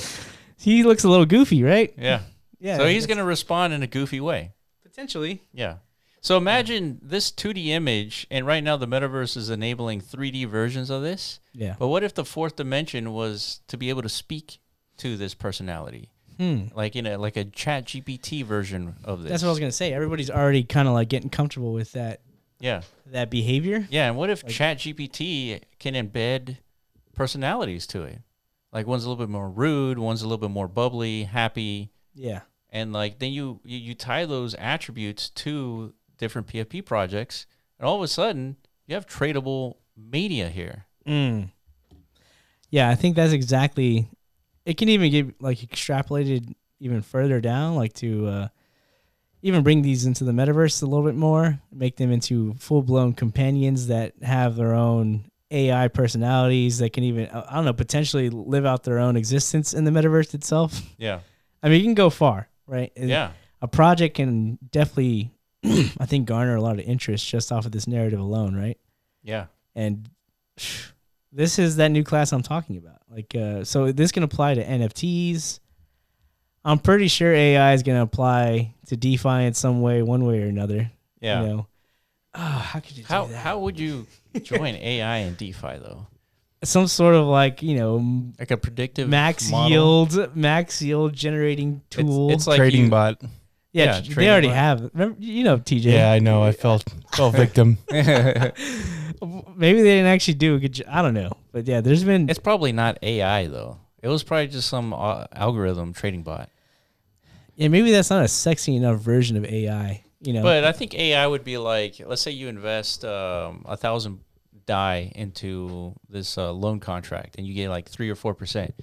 S2: He looks a little goofy, right?
S1: yeah.
S2: <laughs> Yeah.
S1: so he's
S2: that's-
S1: gonna respond in a goofy way.
S2: potentially.
S1: Yeah. So imagine this 2D image, and right now the metaverse is enabling 3D versions of this.
S2: Yeah.
S1: But what if the fourth dimension was to be able to speak to this personality,
S2: Hmm.
S1: like in a like a Chat GPT version of this?
S2: That's what I was gonna say. Everybody's already kind of like getting comfortable with that
S1: Yeah,
S2: that behavior.
S1: yeah. And what if Chat GPT can embed personalities to it? Like one's a little bit more rude, one's a little bit more bubbly, happy,
S2: Yeah.
S1: and like then you you, you tie those attributes to different PFP projects, and all of a sudden you have tradable media here.
S2: Mm. Yeah, I think that's exactly. It can even get like extrapolated even further down, like to uh, even bring these into the metaverse a little bit more, make them into full blown companions that have their own AI personalities that can even I I don't know potentially live out their own existence in the metaverse itself. <laughs>
S1: Yeah,
S2: I mean, you can go far, right? And
S1: yeah,
S2: a project can definitely, <clears throat> I think, garner a lot of interest just off of this narrative alone, right?
S1: yeah.
S2: and <sighs> this is that new class I'm talking about. Like, uh, so this can apply to NFTs. I'm pretty sure AI is going to apply to DeFi in some way, one way or another.
S1: Yeah.
S2: You know, oh, how could you
S1: How
S2: do that?
S1: how would you join <laughs> AI and DeFi though?
S2: Some sort of like you know m-
S1: Like a predictive
S2: max
S1: model?
S2: yield, max yield generating
S1: It's,
S2: tool.
S1: it's like
S3: Trading
S1: you-
S3: bot.
S2: yeah,
S1: yeah,
S2: tr- they
S1: trading
S2: already
S1: bot.
S2: have. Remember, you know, TJ.
S3: Yeah, I know. I felt <laughs> fell victim.
S2: Maybe they didn't actually do a good. Jo- I don't know, but yeah, there's been
S1: It's probably not AI though. It was probably just some uh, algorithm trading bot.
S2: yeah. Maybe that's not a sexy enough version of AI. You know,
S1: But I think AI would be like, let's say you invest um, a thousand die into this uh, loan contract, and you get like three or four percent.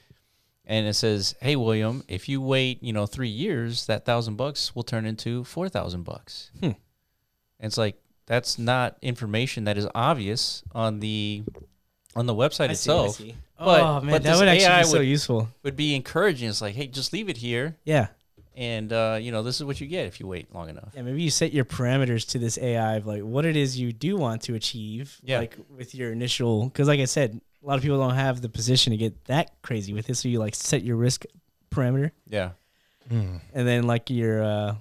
S1: And it says, "Hey William, if you wait, you know, three years, that thousand bucks will turn into four thousand bucks."
S2: Hmm.
S1: And it's like that's not information that is obvious on the on the website itself. But-
S2: oh man,
S1: but
S2: that
S1: this
S2: would actually
S1: AI
S2: be so
S1: would-
S2: useful.
S1: Would be encouraging. It's like, hey, just leave it here,
S2: Yeah,
S1: and uh, you know, this is what you get if you wait long enough.
S2: yeah. Maybe you set your parameters to this AI of like what it is you do want to achieve.
S1: Yeah.
S2: Like with your initial, because like I said, a lot of people don't have the position to get that crazy with it. So you like set your risk parameter,
S1: Yeah,
S2: and then like your uh,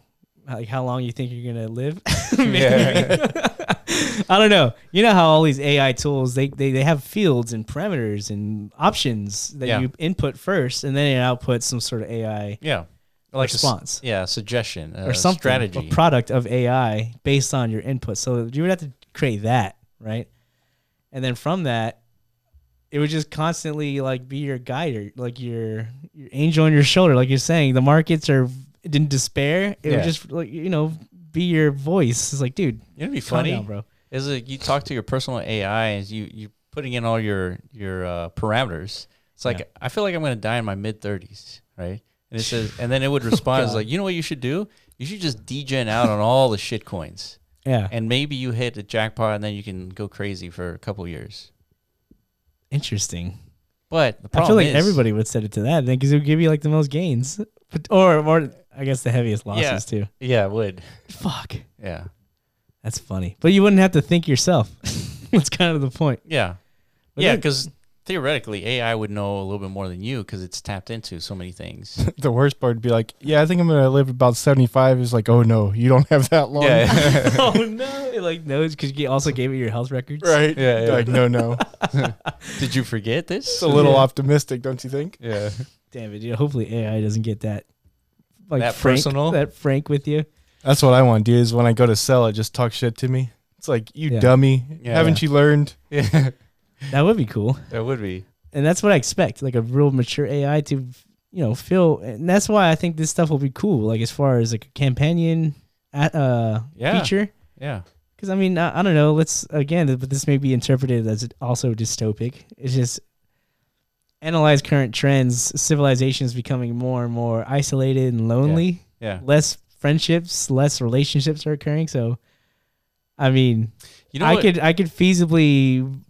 S2: like how long you think you're gonna live. <laughs> I don't know. You know how all these AI tools they, they, they have fields and parameters and options that
S1: Yeah.
S2: you input first, and then it outputs some sort of AI
S1: yeah, like a s-
S2: response.
S1: yeah, suggestion uh,
S2: or something,
S1: strategy.
S2: a product of AI based on your input. So you would have to create that, right? And then from that, it would just constantly like be your guide, or, like your your angel on your shoulder, like you're saying. The markets are in despair. It
S3: Yeah.
S2: would just like you know be your voice. It's like, dude,
S1: It'd be
S2: calm
S1: funny,
S2: down, bro.
S1: Is it you talk to your personal AI and you you putting in all your your uh, parameters? It's like
S2: Yeah.
S1: I feel like I'm gonna die in my mid thirties, right? And it says, and then it
S2: <laughs>
S1: would respond, it's
S2: God.
S1: like, you know what you should do? You should just degen out on all the shit coins,
S2: Yeah,
S1: and maybe you hit a jackpot, and then you can go crazy for a couple years.
S2: interesting.
S1: But the
S2: I feel
S1: problem
S2: like
S1: is,
S2: everybody would set it to that then because it would give you like the most gains, but, or or I guess the heaviest losses
S1: Yeah.
S2: too.
S1: yeah, it would,
S2: Fuck.
S1: yeah,
S2: That's funny. But you wouldn't have to think yourself. That's kind of the point.
S1: yeah,
S2: But
S1: yeah,
S2: then-
S1: because theoretically AI would know a little bit more than you because it's tapped into so many things.
S3: The worst part would be like, yeah, I think I'm gonna live about 75. Is like, oh no, you don't have that long.
S1: yeah, <laughs>
S2: oh no! <laughs> It like knows because you also gave it your health records.
S3: <laughs> Right.
S4: Yeah, yeah.
S3: Like, no, no.
S1: did you forget this?
S3: <laughs> It's a little optimistic, don't you think?
S4: Yeah.
S2: Damn it! dude. Hopefully AI doesn't get that like
S1: That
S2: frank,
S1: personal?
S2: that frank with you.
S3: That's what I want, dude. Is when I go to sell it, just talk shit to me. It's like, you
S2: Yeah.
S3: dummy,
S1: Yeah.
S3: haven't you learned?
S1: yeah,
S2: That would be cool.
S1: that would be.
S2: and that's what I expect, like a real mature AI to, you know, feel. And that's why I think this stuff will be cool, like as far as like a companion, at, uh,
S1: Yeah.
S2: feature.
S1: Yeah,
S2: Because I mean, I, I don't know. Let's again, but this may be interpreted as also dystopic. It's just analyze current trends. Civilization is becoming more and more isolated and lonely
S1: yeah.
S2: less friendships, less relationships are occurring. So, I mean,
S1: You know
S2: I
S1: what-
S2: could I could feasibly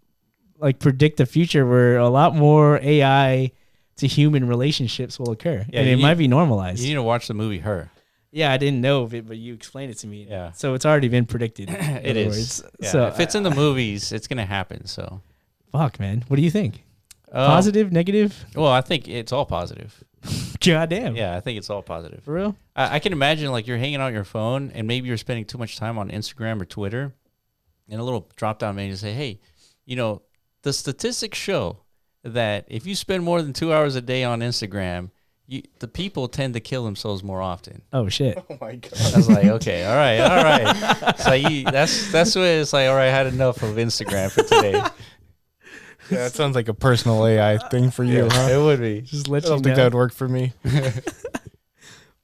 S2: like predict a future where a lot more AI to human relationships will occur,
S1: Yeah,
S2: and
S1: you
S2: it
S1: need-
S2: might be normalized.
S1: You need to watch the movie Her.
S2: yeah, I didn't know of it, but you explained it to me.
S1: Yeah.
S2: so it's already
S1: <clears throat>
S2: been predicted.
S1: It is. Yeah.
S2: So
S1: if it's in the movies, it's gonna happen. So
S2: fuck, man. What do you think?
S1: Uh,
S2: Positive, negative?
S1: Um, Well, I think it's all positive.
S2: <laughs> Goddamn.
S1: Yeah, I think it's all positive.
S2: For real?
S1: I, I can imagine like you're hanging out on your phone and maybe you're spending too much time on Instagram or Twitter, and a little drop down menu say, hey, you know, the statistics show that if you spend more than two hours a day on Instagram, you, the people tend to kill themselves more often.
S2: Oh shit.
S3: Oh my god.
S1: I was like, okay, all right, all right. So you, that's that's where it's like, all right, I had enough of Instagram for today.
S3: Yeah, that sounds like a personal AI thing for you, huh?
S1: It would be.
S2: <laughs> Just
S3: I
S2: let you
S3: don't think
S2: know.
S3: that would work for me.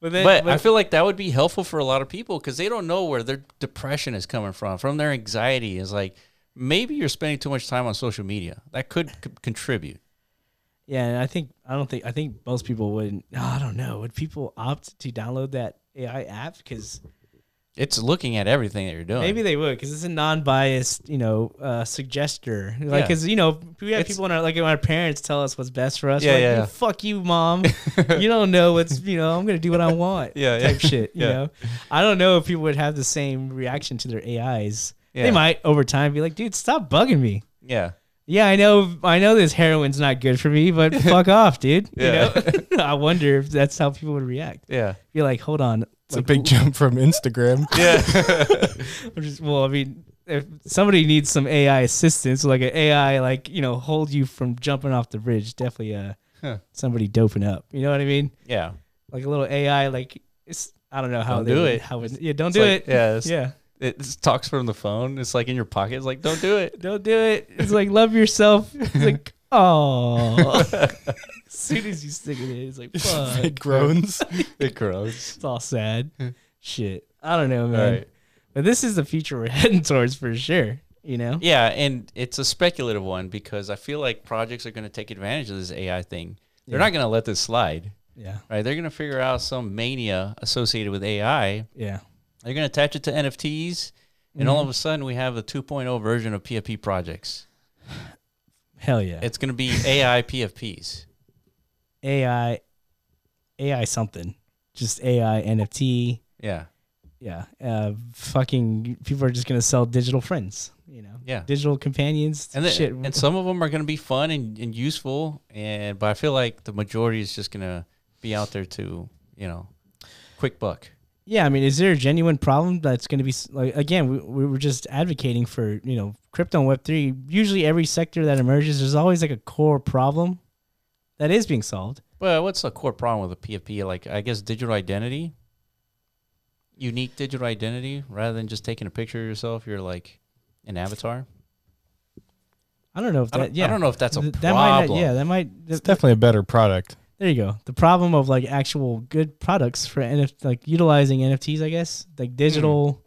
S2: but then,
S1: but I feel like that would be helpful for a lot of people because they don't know where their depression is coming from, from their anxiety. Is like maybe you're spending too much time on social media. That could c- contribute.
S2: Yeah, and I think I don't think I think most people wouldn't. <sighs> no, I don't know. Would people opt to download that AI app? Because
S1: It's looking at everything that you're doing.
S2: maybe they would, because it's a non-biased, you know, uh, suggester. Like,
S1: Yeah.
S2: because you know, we have
S1: It's-
S2: people in our like our parents tell us what's best for us.
S1: Yeah,
S2: We're like,
S1: yeah,
S2: "You
S1: yeah.
S2: Fuck you,
S3: <laughs>
S2: mom. you don't know what's you know. I'm gonna do what I want.
S1: <laughs> Yeah, <laughs> yeah.
S2: type shit. You
S1: Yeah.
S2: know, I don't know if people would have the same reaction to their AIs. They
S1: Yeah.
S2: might over time be like, dude, stop bugging me.
S1: yeah,
S2: Yeah, I know. I know this heroin's not good for
S1: <laughs>
S2: me, but fuck off, dude.
S1: Yeah.
S2: You know, <laughs> I wonder if that's how people would react.
S1: yeah,
S2: You're like, hold on.
S3: It's a
S2: like,
S3: big jump from Instagram.
S1: <laughs> yeah,
S2: I'm just- well, I mean, if somebody needs some AI assistance, like an AI, like you know, hold you from jumping off the bridge. Definitely, uh,
S1: Huh.
S2: somebody doping up. You know what I mean?
S1: yeah.
S2: Like a little AI, like it's. I don't know how
S1: Don't
S2: they
S1: do
S2: would-
S1: it.
S2: How would, yeah, don't
S1: It's
S2: do
S1: like-
S2: it.
S1: Yeah, it's,
S2: yeah.
S1: It talks from the phone. It's like in your pocket. It's like, don't do it.
S2: don't do it. It's like love yourself. It's <laughs> like <laughs> oh. as soon as you stick it in, it's like fuck.
S3: Big groans.
S1: <laughs> It grows.
S2: It's all sad. Shit. I don't know, man.
S1: Right.
S2: But this is the future we're <laughs> heading towards for sure. You know?
S1: Yeah, and it's a speculative one because I feel like projects are going to take advantage of this AI thing. They're
S2: Yeah.
S1: not going to let this slide.
S2: Yeah.
S1: right? They're going to figure out some mania associated with AI.
S2: Yeah.
S1: They're going to attach it to NFTs, and
S2: Mm-hmm.
S1: all of a sudden we have the 2.0 version of PFP projects.
S2: Hell yeah.
S1: It's going to be AI PFPs.
S2: AI AI something. Just AI NFT.
S1: Yeah,
S2: Yeah. Uh fucking people are just gonna sell digital friends, you know.
S1: yeah.
S2: Digital companions.
S1: And then,
S2: shit.
S1: and some of them are going to be fun and, and useful, and but I feel like the majority is just going to be out there to you know, quick buck.
S2: Yeah, I mean, is there a genuine problem that's going to be s- like again? We, we were just advocating for you know crypto and Web three. Usually, every sector that emerges, there's always like a core problem that is being solved.
S1: Well, what's the core problem with a PFP? Like, I guess digital identity, unique digital identity, rather than just taking a picture of yourself, you're like an avatar.
S2: I don't know if
S1: I
S2: that.
S1: don't,
S2: yeah,
S1: I don't know if that's a
S2: Th- that might.
S1: problem.
S2: Not, yeah, that might.
S3: It's
S2: th-
S3: definitely a better product.
S2: there you go. The problem of like actual good products for NF, like utilizing NFTs, I guess, like digital,
S1: Hmm.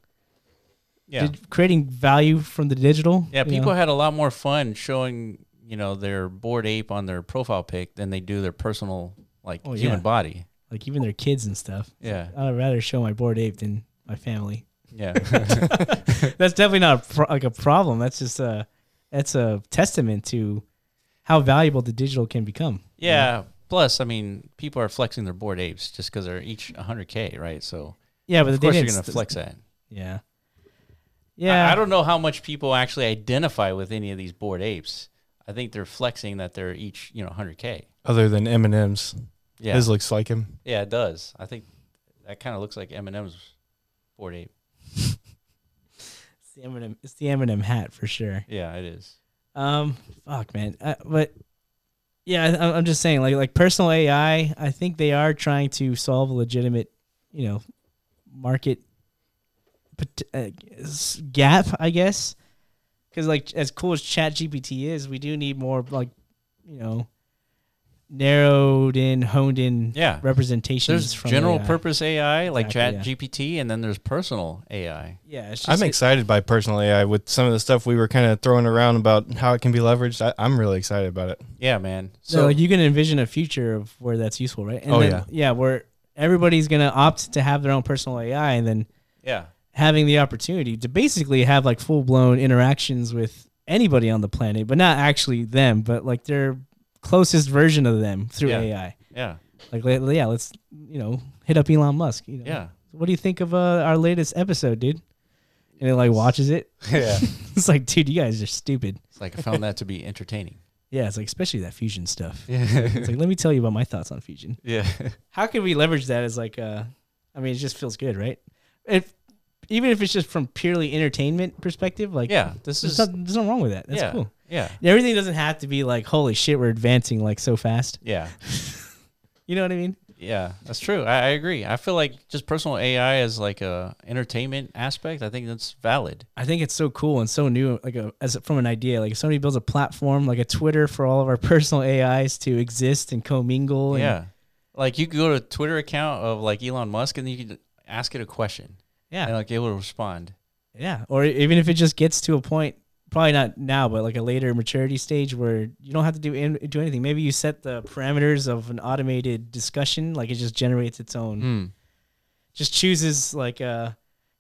S1: yeah.
S2: dig- creating value from the digital.
S1: Yeah,
S2: you know?
S1: people had a lot more fun showing, you know, their bored ape on their profile pic than they do their personal like
S2: Oh,
S1: human
S2: yeah.
S1: body.
S2: like even their kids and stuff.
S1: Yeah.
S2: I'd rather show my bored ape than my family. <laughs>
S1: Yeah.
S2: that's definitely not a pro- like a problem. That's just a that's a testament to how valuable the digital can become.
S1: <laughs> yeah. Plus, I mean, people are flexing their bored apes just because they're each 100k, right? So
S2: Yeah, but
S1: of
S2: they
S1: course you're
S2: didn't.
S1: gonna
S2: st-
S1: flex that.
S2: Yeah,
S1: Yeah.
S2: yeah.
S1: I, I don't know how much people actually identify with any of these bored apes. I think they're flexing that they're each you know 100k.
S3: Other than M and M's,
S1: Yeah,
S3: his looks like him.
S1: yeah, it does. I think that kind of looks like Eminem's 48.
S2: It's the Eminem. It's the Eminem hat for sure.
S1: Yeah, it is.
S2: Um, fuck, man. Uh, but yeah, I, I'm- I'm just saying, like, like personal AI. I think they are trying to solve a legitimate, you know, market pot- uh, s- gap, I guess. Because like, as cool as Chat GPT is, we do need more like, you know, narrowed in, honed in
S1: Yeah.
S2: representations.
S1: There's
S2: from
S1: general
S2: AI.
S1: purpose AI like Chat
S2: Exactly,
S1: GPT, and then there's personal AI.
S2: Yeah, it's just,
S3: I'm excited by personal AI with some of the stuff we were kind of throwing around about how it can be leveraged. I, I'm really excited about it.
S1: Yeah, man.
S2: So
S1: So
S2: like you can envision a future of where that's useful, right? And
S3: Oh,
S2: then-
S3: yeah.
S2: yeah, where everybody's gonna opt to have their own personal AI, and then
S1: yeah,
S2: having the opportunity to basically have like full blown interactions with anybody on the planet, but not actually them, but like their closest version of them through
S1: Yeah.
S2: AI.
S1: yeah,
S2: Like, let- yeah, let's you know hit up Elon Musk. You know,
S1: yeah.
S2: What do you think of uh, our latest episode, dude? And it like watches it. <laughs>
S3: yeah.
S2: it's like, dude, you guys are stupid.
S1: It's like I found that to be entertaining.
S2: Yeah, it's like especially that fusion stuff.
S1: Yeah,
S2: It's like, let me tell you about my thoughts on fusion.
S1: yeah,
S2: how can we leverage that as like uh i mean it just feels good right if even if it's just from purely entertainment perspective like
S1: yeah. This
S2: there's,
S1: is
S2: nothing, there's nothing wrong with that that's
S1: yeah,
S2: cool
S1: yeah,
S2: everything doesn't have to be like holy shit we're advancing like so fast
S1: yeah.
S2: you know what i mean
S1: Yeah, that's true. I, I agree. I feel like just personal AI as like a entertainment aspect. I think that's valid.
S2: i think it's so cool and so new like a, as from an idea like if somebody builds a platform like a twitter for all of our <laughs> personal ais to exist and commingle and
S1: yeah, like you could go to a Twitter account of like Elon Musk and then you could ask it a question
S2: yeah
S1: and like it will respond.
S2: Yeah, or e-, even if it just gets to a point, probably not now, but like a later maturity stage where you don't have to do in, do anything. Maybe you set the parameters of an automated discussion, like it just generates its own,
S1: Hmm.
S2: just chooses like uh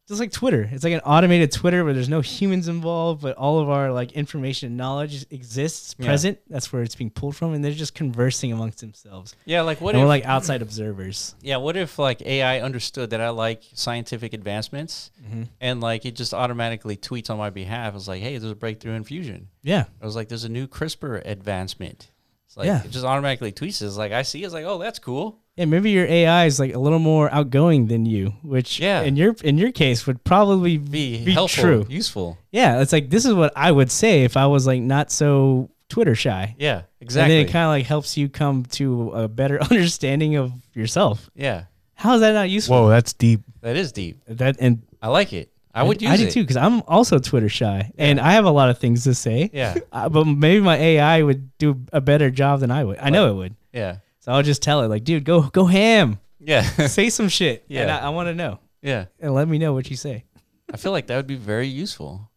S2: just like Twitter. It's like an automated Twitter where there's no humans involved, but all of our like information and knowledge exists
S1: Yeah.
S2: present. That's where it's being pulled from, and they're just conversing amongst themselves.
S1: Yeah, like what
S2: and
S1: if
S2: we're like outside observers.
S1: yeah, what if like AI understood that I like scientific advancements
S2: Mm-hmm.
S1: and like it just automatically tweets on my behalf. It's like, hey, there's a breakthrough in fusion.
S2: Yeah,
S1: I was like, there's a new CRISPR advancement. It's like
S2: Yeah.
S1: it just automatically tweets. it. It's like I see. it. It's like, oh, that's cool.
S2: Yeah, maybe your AI is like a little more outgoing than you, which
S1: Yeah.
S2: in your in your case would probably
S1: Be,
S2: be,
S1: helpful,
S2: true.
S1: useful.
S2: Yeah, it's like this is what I would say if I was like not so Twitter shy.
S1: Yeah, exactly.
S2: And then it kind of like helps you come to a better <laughs> understanding of yourself.
S1: yeah,
S2: How is that not useful?
S3: Whoa, that's deep.
S1: that is deep.
S2: That and
S1: I like it. I would use
S2: I do
S1: it.
S2: too because I'm also Twitter shy and I have a lot of things to say.
S1: Yeah,
S2: Uh, but maybe my AI would do a better job than I would. I know it would.
S1: yeah,
S2: So I'll just tell it like, dude, go go
S1: <laughs>
S2: ham,
S1: yeah,
S2: say some shit. Yeah,
S1: Yeah.
S2: and I, I want to know
S1: yeah.
S2: and let me know what you say.
S1: I feel like that would be very useful.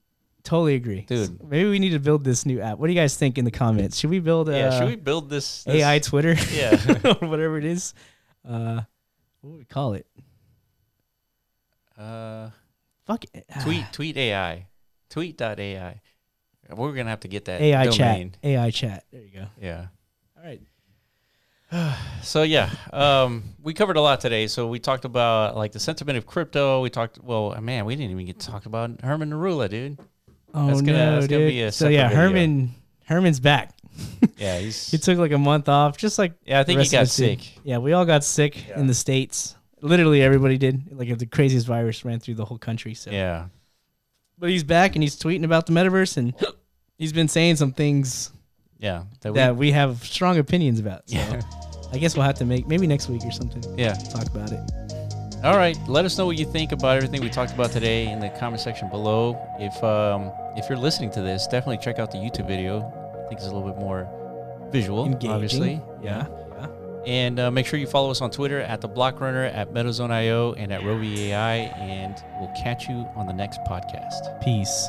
S2: Totally agree,
S1: Dude.
S2: Maybe we need to build this new app. What do you guys think in the comments? Should we build a
S1: Yeah, should we build this, this-
S2: AI Twitter
S1: Yeah,
S2: <laughs> or whatever it is? Uh, what would we call it?
S1: uh,
S2: Fuck it. Ah,
S1: tweet tweet AI, tweet dot AI. We're gonna have to get that
S2: AI
S1: domain.
S2: chat. AI chat. There you go.
S1: Yeah.
S2: All right.
S1: So yeah, um, we covered a lot today. So we talked about like the sentiment of crypto. We talked. Well, man, we didn't even get to talk about Herman Narula,
S2: <laughs>
S1: dude.
S2: Oh
S1: That's gonna-
S2: no,
S1: that's
S2: dude.
S1: gonna be a
S2: so yeah,
S1: separate video.
S2: Herman. Herman's back.
S1: Yeah, he's.
S2: He took like a month off, just like
S1: yeah, I
S2: the
S1: think he
S2: rest of
S1: got
S2: us did.
S1: sick.
S2: Yeah, we all got sick
S1: Yeah.
S2: in the states. Literally everybody did. Like the craziest virus ran through the whole country. So
S1: Yeah,
S2: but he's back and he's tweeting about the metaverse and <gasps> he's been saying some things
S1: yeah. That we-
S2: that we have strong opinions about. So
S1: yeah,
S2: I guess we'll have to make maybe next week or something
S1: yeah.
S2: talk about it.
S1: All right, let us know what you think about everything we talked about today in the comment section below. If um, if you're listening to this, definitely check out the YouTube video. I think it's a little bit more visual,
S2: Engaging.
S1: obviously.
S2: Yeah.
S1: And uh, make sure you follow us on Twitter at the Block Runner, at MetaZone.io, and at Rovi AI. And we'll catch you on the next podcast.
S2: Peace.